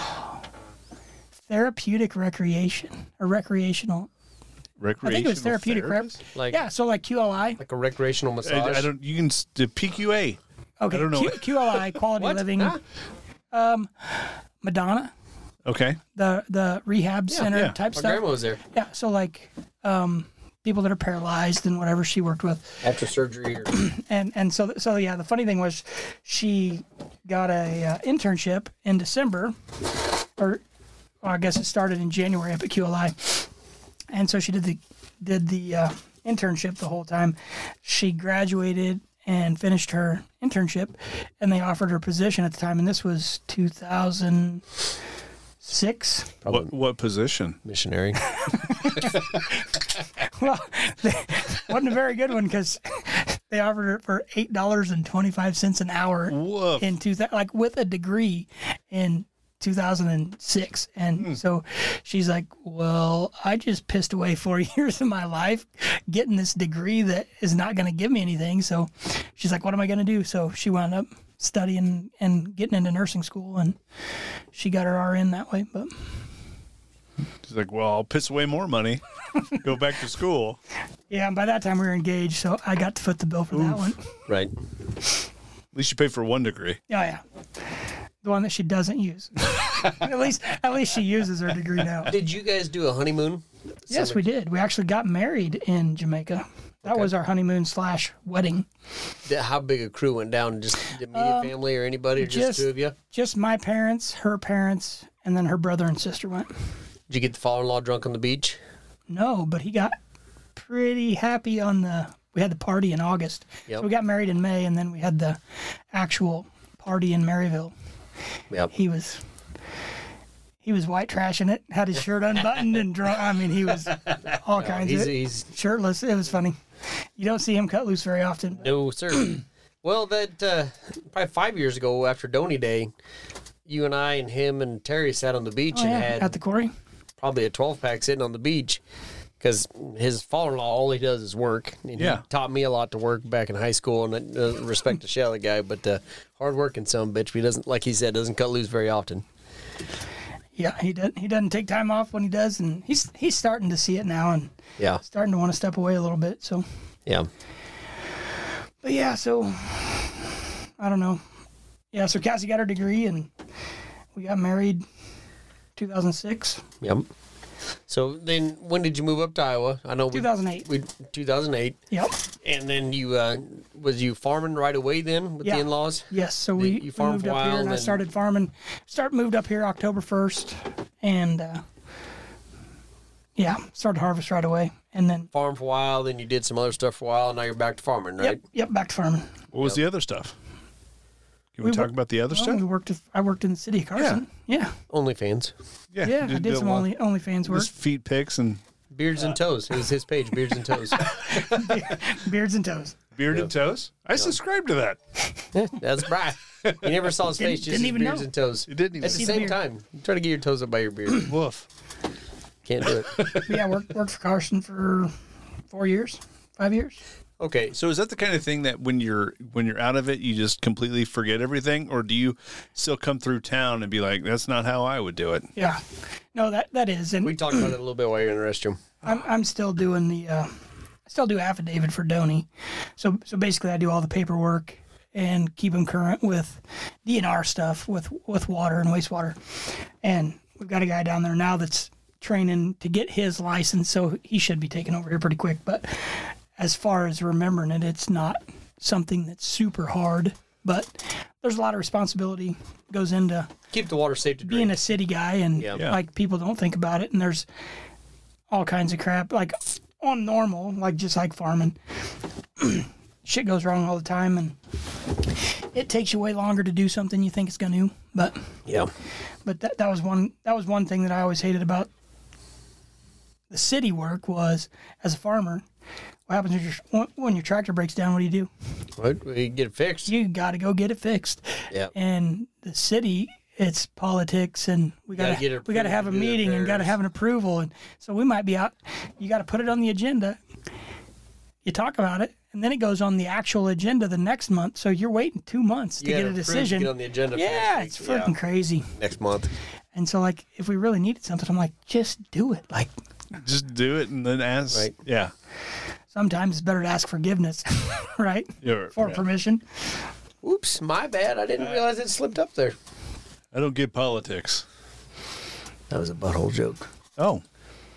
therapeutic recreation or recreational.
Recreational
I think it was therapeutic rep.
therapist?
Like-
yeah, so like QLI.
Like a recreational massage.
I, I don't. You can s- the PQA.
Okay,
I don't know.
Q, QLI, quality
What? Ah,
living.
Huh?
Madonna,
Okay.
the the rehab center
yeah.
type
My
stuff.
grandma was there
Yeah, so like um, people that are paralyzed and whatever she worked with.
after surgery. Or,
and and so so yeah the funny thing was she got a uh, internship in december or well, i guess it started in january up at qli and so she did the did the uh, internship the whole time she graduated and finished her internship and they offered her position at the time and this was 2006
What what position?
missionary.
well they, wasn't a very good one because they offered her for $8.25 an hour
Woof.
in two thousand, like with a degree in 2006. And so she's like, Well, I just pissed away four years of my life getting this degree that is not going to give me anything. So she's like, What am I going to do? So she wound up studying and getting into nursing school and she got her RN that way. But
She's like, well, I'll piss away more money, go back to school.
Yeah, and by that time we were engaged, so I got to foot the bill for that one.
Right.
At least you pay for one degree.
Yeah, Oh, yeah. The one that she doesn't use. at least at least she uses her degree now.
Did you guys do a honeymoon?
Yes, we did. We actually got married in Jamaica. That was our honeymoon slash wedding.
Did- How big a crew went down? Just the immediate family or anybody, or just,
Uh, just-
two of you?
Just my parents, her parents, and then her brother and sister went.
Did you get the father-in-law drunk on the beach?
No, but he got pretty happy on the. We had the party in August.
Yep.
So we got married in May, and then we had the actual party in Maryville.
Yep.
He was. He was white trashing it. Had his shirt unbuttoned and drunk. I mean, he was all kinds
He's,
of it.
he's
shirtless. It was funny. You don't see him cut loose very often.
no sir. well, that uh, probably five years ago after Donny Day, you and I and him and Terry sat on the beach
Oh,
and
yeah,
had
at the quarry.
probably a 12 pack sitting on the beach because his father in law, all he does is work. And
Yeah.
He taught me a lot to work back in high school and uh, respect to Shelly guy, but uh, hard working some bitch. But he doesn't, like he said, doesn't cut loose very often.
Yeah, he doesn't. He doesn't take time off when he does, and he's he's starting to see it now and
Yeah.
starting to want to step away a little bit. So
Yeah.
But yeah, so I don't know. Yeah, so Cassie got her degree and we got married 2006.
Yep. So then when did you move up to Iowa? I know we-
2008.
We, 2008.
Yep.
And then you, uh, was you farming right away then with
Yeah.
the in laws?
Yes, so we,
you
we
farmed
moved
for a
up here
while
and, I
and-
started farming. Start moved up here October 1st and uh, yeah, started harvest right away and then
Farm for a while, then you did some other stuff for a while, and now you're back to farming, right?
yep, yep, back to farming.
What was the other stuff? Can we,
We
talk
wo-
about the other
Well,
stuff?
we worked with, I worked in the city of Carson. Yeah.
Only fans.
Yeah,
Yeah, I did
a
some
lot-
only OnlyFans work.
just feet pics and
Beards
Uh,
and toes. It was his page, Beards and Toes.
Beards and toes.
beard and toes. I subscribe to that.
That's Brian. You never saw his face, just
didn't
his
even
beards
know.
and toes.
It didn't
At the
even.
the
same
beard.
time, try to get your toes up by your beard.
Woof.
Can't do it.
But yeah, worked worked for Carson for 4 years, 5 years.
Okay, so
So is that the kind of thing that when you're when you're out of it, you just completely forget everything, or do you still come through town and be like, "That's not how I would do it"?
Yeah, no, that that is, and
we talked about it a little bit while you're in the restroom.
I'm I'm still doing the, uh, I still do affidavit for Donny, so so basically I do all the paperwork and keep him current with DNR stuff with with water and wastewater, and we've got a guy down there now that's training to get his license, so he should be taking over here pretty quick. But as far as remembering it, it's not something that's super hard, but there's a lot of responsibility goes into
Keep the water safe to
being
drink.
a city guy and
Yeah.
Yeah.
like people don't think about it and there's all kinds of crap like on normal like just like farming shit goes wrong all the time and it takes you way longer to do something you think it's going to but
yeah,
but that, that was one that was one thing that I always hated about the city work was as a farmer what happens if your, when your tractor breaks down what do you do
Right, we get it fixed.
you got to go get it fixed
Yeah,
and the city it's politics and we
Gotta
gotta,
get it
we gotta
approved
have
to
a
do the
meeting and gotta
repairs.
have an approval and so we might be out you gotta put it on the agenda you talk about it and then it goes on the actual agenda the next month so you're waiting two months to
You
get
gotta
a
approve to
decision
Get on the agenda. for
yeah it's
next week. Yeah.
freaking crazy
Next month.
and so like if we really needed something i'm like just do it like
Just do it and then ask.
Right.
Yeah.
sometimes it's better to ask forgiveness right
Yeah,
for
yeah.
permission
Oops, my bad. I didn't realize it slipped up there.
I don't get politics.
That was a butthole joke.
Oh,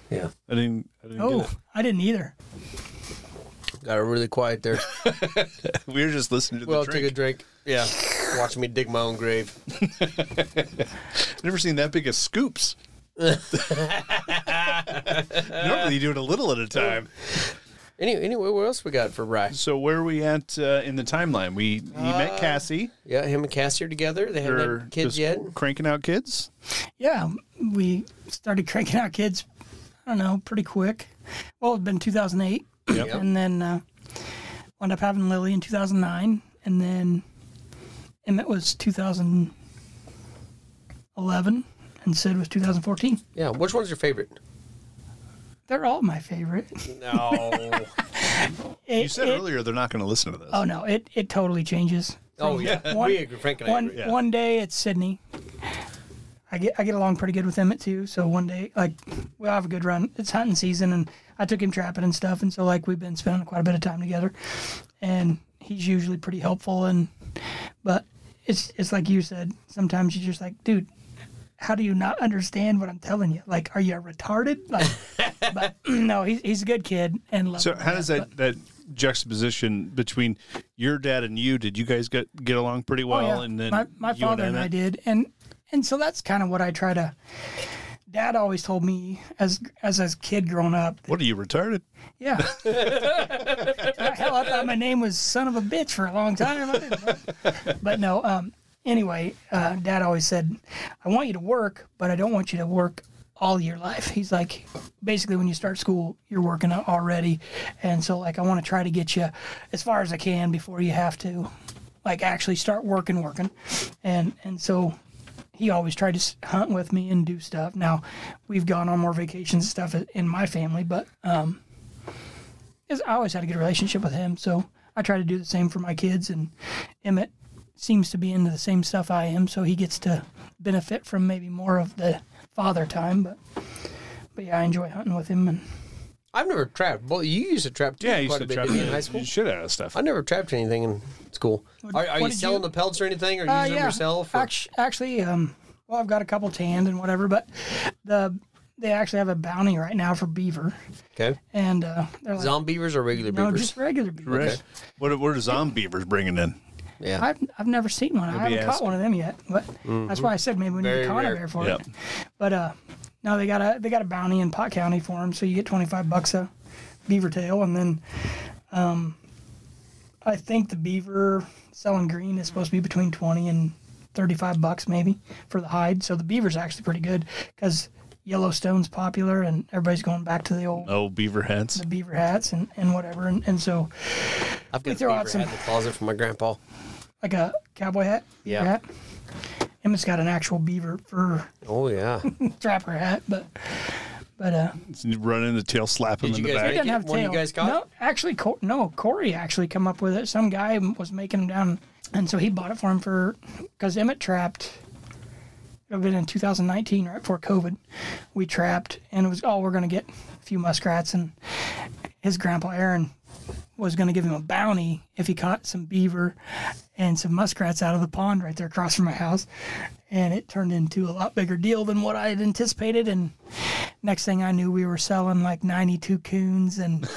Yeah,
I didn't. I didn't
oh
get it.
i didn't either
got it really quiet there.
We were just listening to
well,
the
take a
drink.
drink. Yeah, watching me dig my own grave.
Never seen that big of scoops. Normally, you do it a little at a time.
Any, anyway, what else we got for Bry?
So where are we at uh, in the timeline? We you met Cassie.
Yeah, him and Cassie are together. They haven't
They're
had Uh, kids yet.
just Cranking out kids.
yeah, we started cranking out kids. I don't know, pretty quick. Well, it's been 2008, and then uh, wound up having Lily in 2009, and then Emmett was 2011, and Sid was 2014.
Yeah, which one's your favorite?
They're all my favorite.
No.
You said
It- it-
earlier they're not going to listen to this.
Oh no, it it totally changes.
oh yeah, we agree. Frank and I
One
agree.
Yeah.
one day it's Sydney. I get I get along pretty good with Emmett too. So one day, like, we'll have a good run. It's hunting season, and I took him trapping and stuff, and so like we've been spending quite a bit of time together, and he's usually pretty helpful. And but it's it's like you said, sometimes you're just like, dude, how do you not understand what I'm telling you? Like, are you retarded? Like, but no, he's he's a good kid and love
So
him to
how does
death,
that that juxtaposition between your dad and you? Did you guys get get along pretty well?
Oh, yeah.
And then
my, my
you
father and I
Emmett?
did, and and so that's kind of what I try to. Dad always told me as as a kid growing up,
What are you retarded?
yeah. Hell, I thought my name was son of a bitch for a long time. I didn't know. But no. Um, anyway, uh, Dad always said, "I want you to work, but I don't want you to work." All your life, he's like, basically, when you start school, you're working already, and so like, I want to try to get you as far as I can before you have to like actually start working working and and so he always tried to s- hunt with me and do stuff now we've gone on more vacations and stuff i- in my family but um it's- i always had a good relationship with him so i try to do the same for my kids and emmett seems to be into the same stuff i am so he gets to benefit from maybe more of the father time but but yeah i enjoy hunting with him and
I've never trapped. Well, you used to trap too,
Yeah, you
quite
used
a
to
bit
trap
didn't you, in high school.
the shit out of stuff.
I never trapped anything in school. Are, are
what
you
did
selling the
you-
pelts or anything, or using
Uh,
them yourself? Or?
Act- Actually, um, well, I've got a couple tanned and whatever, but the they actually have a bounty right now for beaver,
Okay,
and uh, they're like,
zombievers or regular
no,
beavers?
just regular beaver.
Right. What are- what are zombie beavers bringing in?
yeah,
I've, I've never seen one. I
be
haven't caught
asking.
one of them yet. But that's why I said maybe we need
Mm-hmm. Very
a Connor
rare.
bear for
Yep.
it. But uh, no, they got a they got a bounty in Pot County for them, so you get twenty five bucks a beaver tail, and then um, I think the beaver selling green is supposed to be between twenty and thirty five bucks maybe for the hide. So the beaver's actually pretty good because Yellowstone's popular, and everybody's going back to the old.
Oh, beaver heads.
The beaver hats and, and whatever and, and so
I've got a
throw
beaver
out some-
hat in the closet from my grandpa.
like a cowboy hat beaver
Yeah.
hat. Emma's got an actual beaver fur
Oh yeah.
trapper hat, but but uh,
Running the tail, slap him
Did
in
you
the
guys
back.
make
didn't have
one you
tail.
guys got?
No, actually, Cor- no. Corey actually come up with it. Some guy m- was making them down, and so he bought it for him for because Emmett trapped. It would have been in 2019, right before COVID. We trapped, and it was oh, we're gonna get a few muskrats, and his grandpa Aaron was gonna give him a bounty if he caught some beaver and some muskrats out of the pond right there across from my house. And it turned into a lot bigger deal than what I had anticipated, and next thing I knew, we were selling like 92 coons, and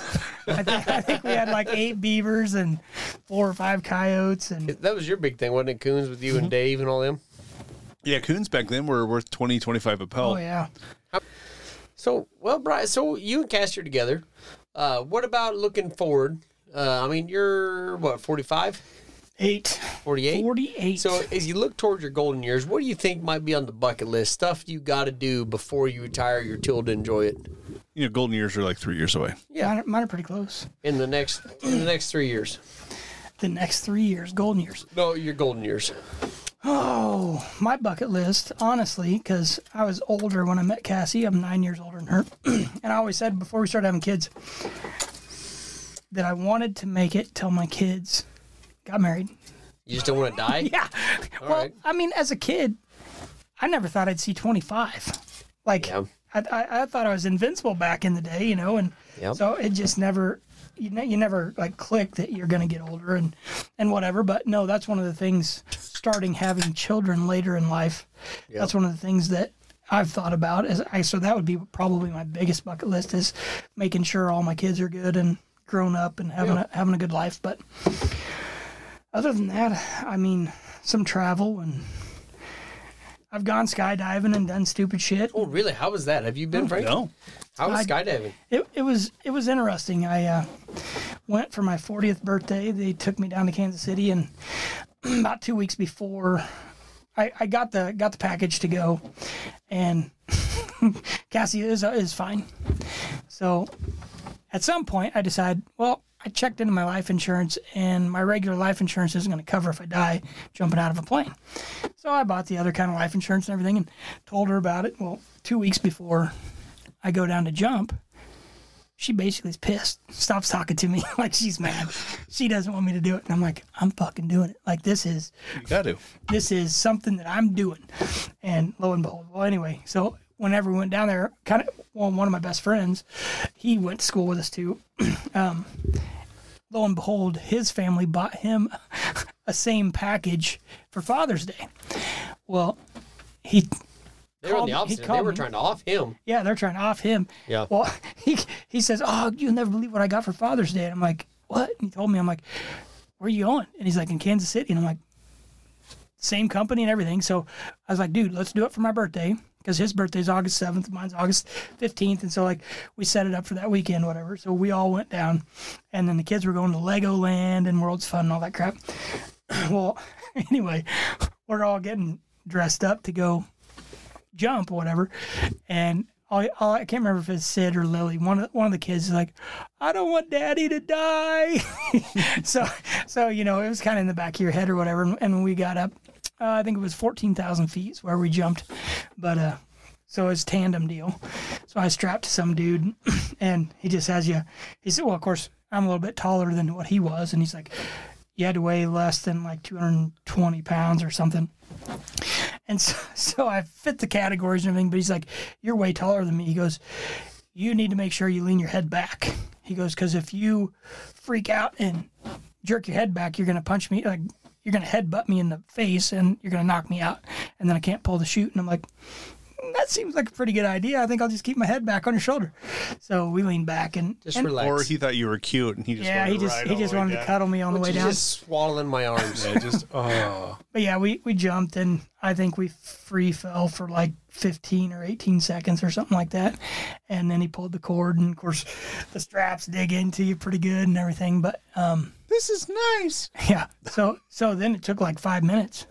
I, think I think we had like eight beavers and four or five coyotes, and
That was your big thing, wasn't it? Coons with
Mm-hmm.
you and Dave and all them.
Yeah, coons back then were worth 20, 25 a pelt.
oh yeah,
So, well, Brian, so you and Caster together. Uh, what about looking forward? Uh, I mean, you're what, 45,
eight,
48?
48.
So, as you look towards your golden years, what do you think might be on the bucket list? Stuff you got to do before you retire, you're till to enjoy it
You know, golden years are like three years away.
yeah.
mine, are, mine are pretty close.
in the next in the next three years.
The next three years, golden years.
No, your golden years.
Oh, my bucket list, honestly, because I was older when I met Cassie. I'm nine years older than her. and I always said before we started having kids that I wanted to make it till my kids got married.
You just don't want to die.
Yeah. well,
right.
I mean, as a kid, I never thought I'd see 25. Like,
Yeah.
I, I, I thought I was invincible back in the day, you know, and
Yep.
so it just never, you know, you never like click that you're going to get older and, and whatever. But no, that's one of the things starting having children later in life. That's one of the things that I've thought about is I, so that would be probably my biggest bucket list is making sure all my kids are good and grown up and having a, having a good life. But other than that, I mean, some travel and I've gone skydiving and done stupid shit.
Oh, really? How was that? Have you been, Frank?
No.
How was
I-
skydiving?
It, it was it was interesting. I uh, went for my 40th birthday. They took me down to Kansas City, and about two weeks before, I, I got the got the package to go, and Cassie is is fine. So at some point, I decide, well, I checked into my life insurance, and my regular life insurance isn't going to cover if I die jumping out of a plane. So I bought the other kind of life insurance and everything, and told her about it. Well, two weeks before I go down to jump, she basically is pissed, stops talking to me like she's mad. She doesn't want me to do it. And I'm like, I'm fucking doing it. Like this is
You got to.
this is something that I'm doing. And lo and behold, well, anyway, so whenever we went down there, kind of well, one of my best friends, he went to school with us too. um, lo and behold, his family bought him a same package for Father's Day. Well, he
They were on the
Called- he
opposite. They
called
were
me.
trying to off him.
yeah, they're trying to off him.
Yeah.
Well, he he says, "Oh, you'll never believe what I got for Father's Day." And I'm like, "What?" And he told me, I'm like, "Where you going?" And he's like, "In Kansas City." And I'm like, "Same company and everything." So I was like, "Dude, let's do it for my birthday." Because his birthday's August 7th, mine's August 15th. And so, like, we set it up for that weekend, whatever. So, we all went down. And then the kids were going to Legoland and World's Fun and all that crap. well, anyway, we're all getting dressed up to go jump or whatever. And all, all, I can't remember if it's Sid or Lily. One of one of the kids is like, "I don't want Daddy to die." so, so you know, it was kind of in the back of your head or whatever. And, and when we got up, uh, I think it was fourteen thousand feet is where we jumped, but uh, so it's tandem deal. So I strapped some dude, and he just has you. He said, "Well, of course, I'm a little bit taller than what he was," and he's like. You had to weigh less than like 220 pounds or something. And so, so I fit the categories and everything, but he's like, You're way taller than me. He goes, You need to make sure you lean your head back. He goes, Because if you freak out and jerk your head back, you're going to punch me, like, you're going to headbutt me in the face and you're going to knock me out. And then I can't pull the chute. And I'm like, "Mm, That seems like a pretty good idea. I think I'll just keep my head back on your shoulder. So we leaned back and.
Just
and-
relax.
Or he thought you were cute and he just
yeah,
wanted
he
to
just
ride
he
all
just
the way
wanted to
down.
cuddle me on the way
She's
down.
just swaddling my arms.
Yeah, just oh.
But yeah, we, we jumped and I think we free fell for like 15 or 18 seconds or something like that. And then he pulled the cord and of course the straps dig into you pretty good and everything. But um,
This is nice.
yeah, so so then it took like five minutes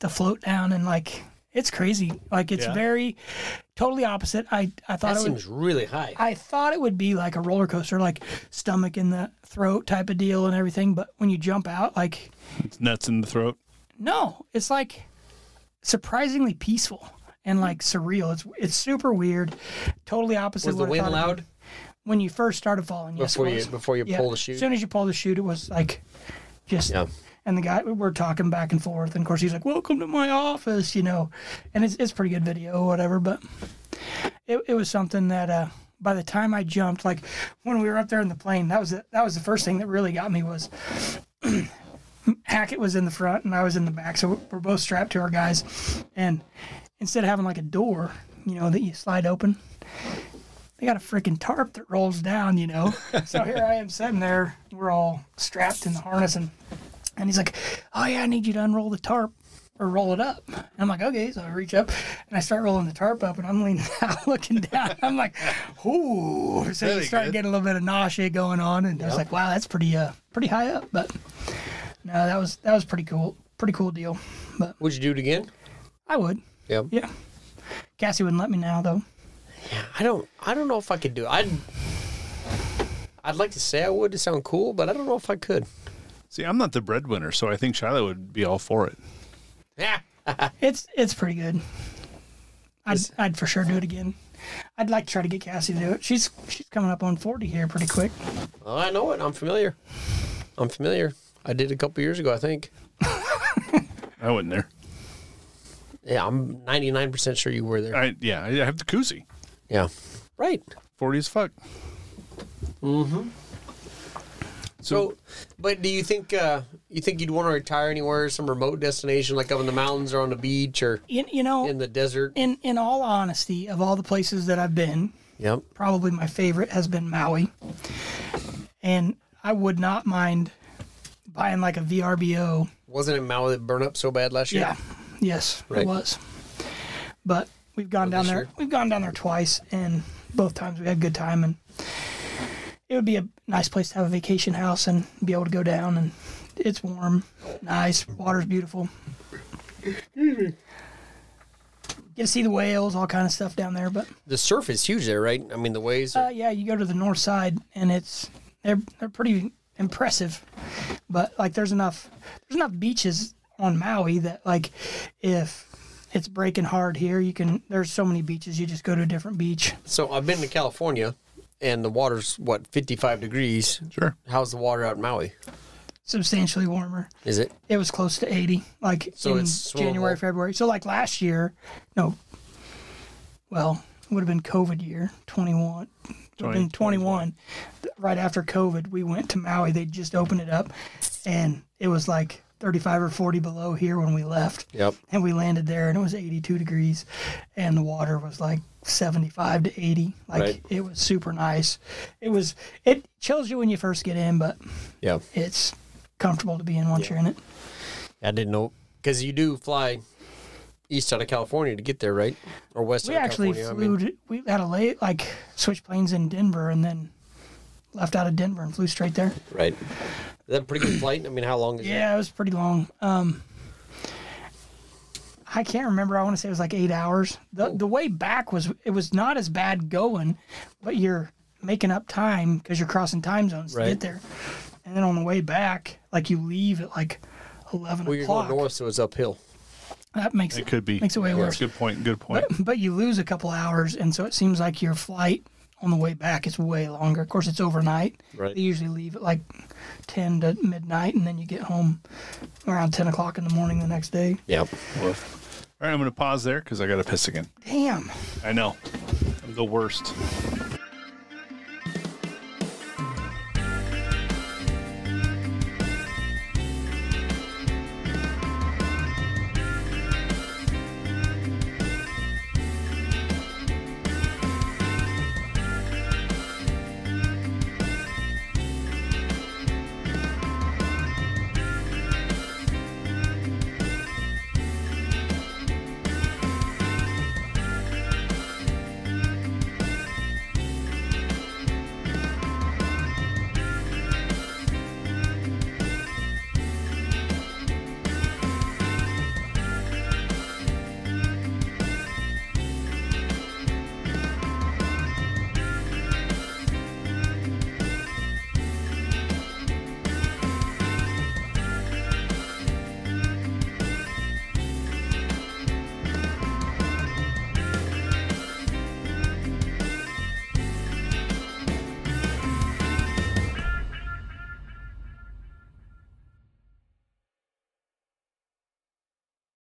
to float down and like it's crazy. Like it's
Yeah.
very totally opposite. I, I thought
that
it would
seems really high.
I thought it would be like a roller coaster, like stomach in the throat type of deal and everything. But when you jump out, like
It's nuts in the throat.
no, it's like surprisingly peaceful and like surreal. It's it's super weird, totally opposite.
was the
what I
wind
thought it'd
loud?
be. when you first started falling? Yes, it
Before you-
was.
before you pull the chute?
As soon as you pull the chute, it was like just.
Yeah.
And the guy, we we're talking back and forth, and of course he's like, "Welcome to my office," you know, and it's it's pretty good video, whatever. But it, it was something that uh, by the time I jumped, like when we were up there in the plane, that was the, that was the first thing that really got me was Hackett was in the front and I was in the back, so we're both strapped to our guys, and instead of having like a door, you know, that you slide open, they got a freaking tarp that rolls down, you know. so here I am sitting there, we're all strapped in the harness, and and he's like, "Oh yeah, I need you to unroll the tarp." or roll it up. And I'm like, okay, so I reach up and I start rolling the tarp up and I'm leaning out looking down. I'm like, ooh. So you
ain't
start
good.
getting a little bit of nausea going on and I was like, wow, that's pretty uh pretty high up. But no, that was that was pretty cool. Pretty cool deal. But
Would you do it again?
I would.
Yeah.
Yeah. Cassie wouldn't let me now though.
I don't. I don't know if I could do it. I'd. I'd like to say I would to sound cool, but I don't know if I could.
See, I'm not the breadwinner, so I think Shiloh would be all for it.
Yeah.
It's it's pretty good. I'd I'd for sure do it again. I'd like to try to get Cassie to do it. She's she's coming up on forty here pretty quick.
Well, I know it. I'm familiar. I'm familiar. I did a couple years ago, I think.
I wasn't there.
Yeah, I'm 99% sure you were there.
I yeah, I have the koozie.
Yeah. Right.
Forty as fuck.
So, but do you think uh, you think you'd want to retire anywhere, some remote destination, like up in the mountains or on the beach or
You, you know
in the desert?
in in all honesty, of all the places that I've been,
Yep.
probably my favorite has been Maui. And I would not mind buying like a VRBO.
Wasn't it Maui that burned up so bad last year?
Yeah. Yes,
Right.
it was. But we've gone down
this
there.
year?
We've gone down there twice and both times we had a good time and it would be a nice place to have a vacation house and be able to go down and it's warm, nice, water's beautiful. Get to see the whales, all kind of stuff down there, but
The surf is huge there, right? I mean, the waves. Are,
Uh, yeah, you go to the north side, and it's they're they're pretty impressive, but like there's enough there's enough beaches on Maui that like if it's breaking hard here, you can there's so many beaches you just go to a different beach.
so I've been to California, and the water's what 55 degrees.
Sure.
How's the water out in Maui?
substantially warmer.
Is it?
It was close to 80, like
So
in
it's swimmable.
January, February. So like last year, no, well, it would have been COVID year, 21. It would have been 21. Th- Right after COVID, we went to Maui. They just opened it up, and it was like 35 or 40 below here when we left.
Yep.
And we landed there, and it was 82 degrees, and the water was like 75 to 80. Like
Right.
it was super nice. It was, it chills you when you first get in, but
Yeah.
it's comfortable to be in once you're in it.
I didn't know because you do fly east out of California to get there, right? Or west
We
out of
actually
California.
flew. to, we had a late like switch planes in Denver and then left out of Denver and flew straight there.
right. Is that a pretty good flight? I mean, how long is it?
Yeah, it was pretty long. Um, I can't remember. I want to say it was like eight hours.
Oh.
the The way back was it was not as bad going, but you're making up time because you're crossing time zones to
Right.
get there. And then on the way back, like you leave at like eleven
Well, you're
o'clock.
going north, so it's uphill.
That makes
It could be.
makes it way
Yeah,
worse.
Good point. Good point.
but, but you lose a couple hours, and so it seems like your flight on the way back is way longer. Of course, it's overnight.
Right.
They usually leave at like ten to midnight, and then you get home around ten o'clock in the morning the next day.
Yeah.
All right, I'm going to pause there because I got to piss again.
Damn.
I know. I'm the worst.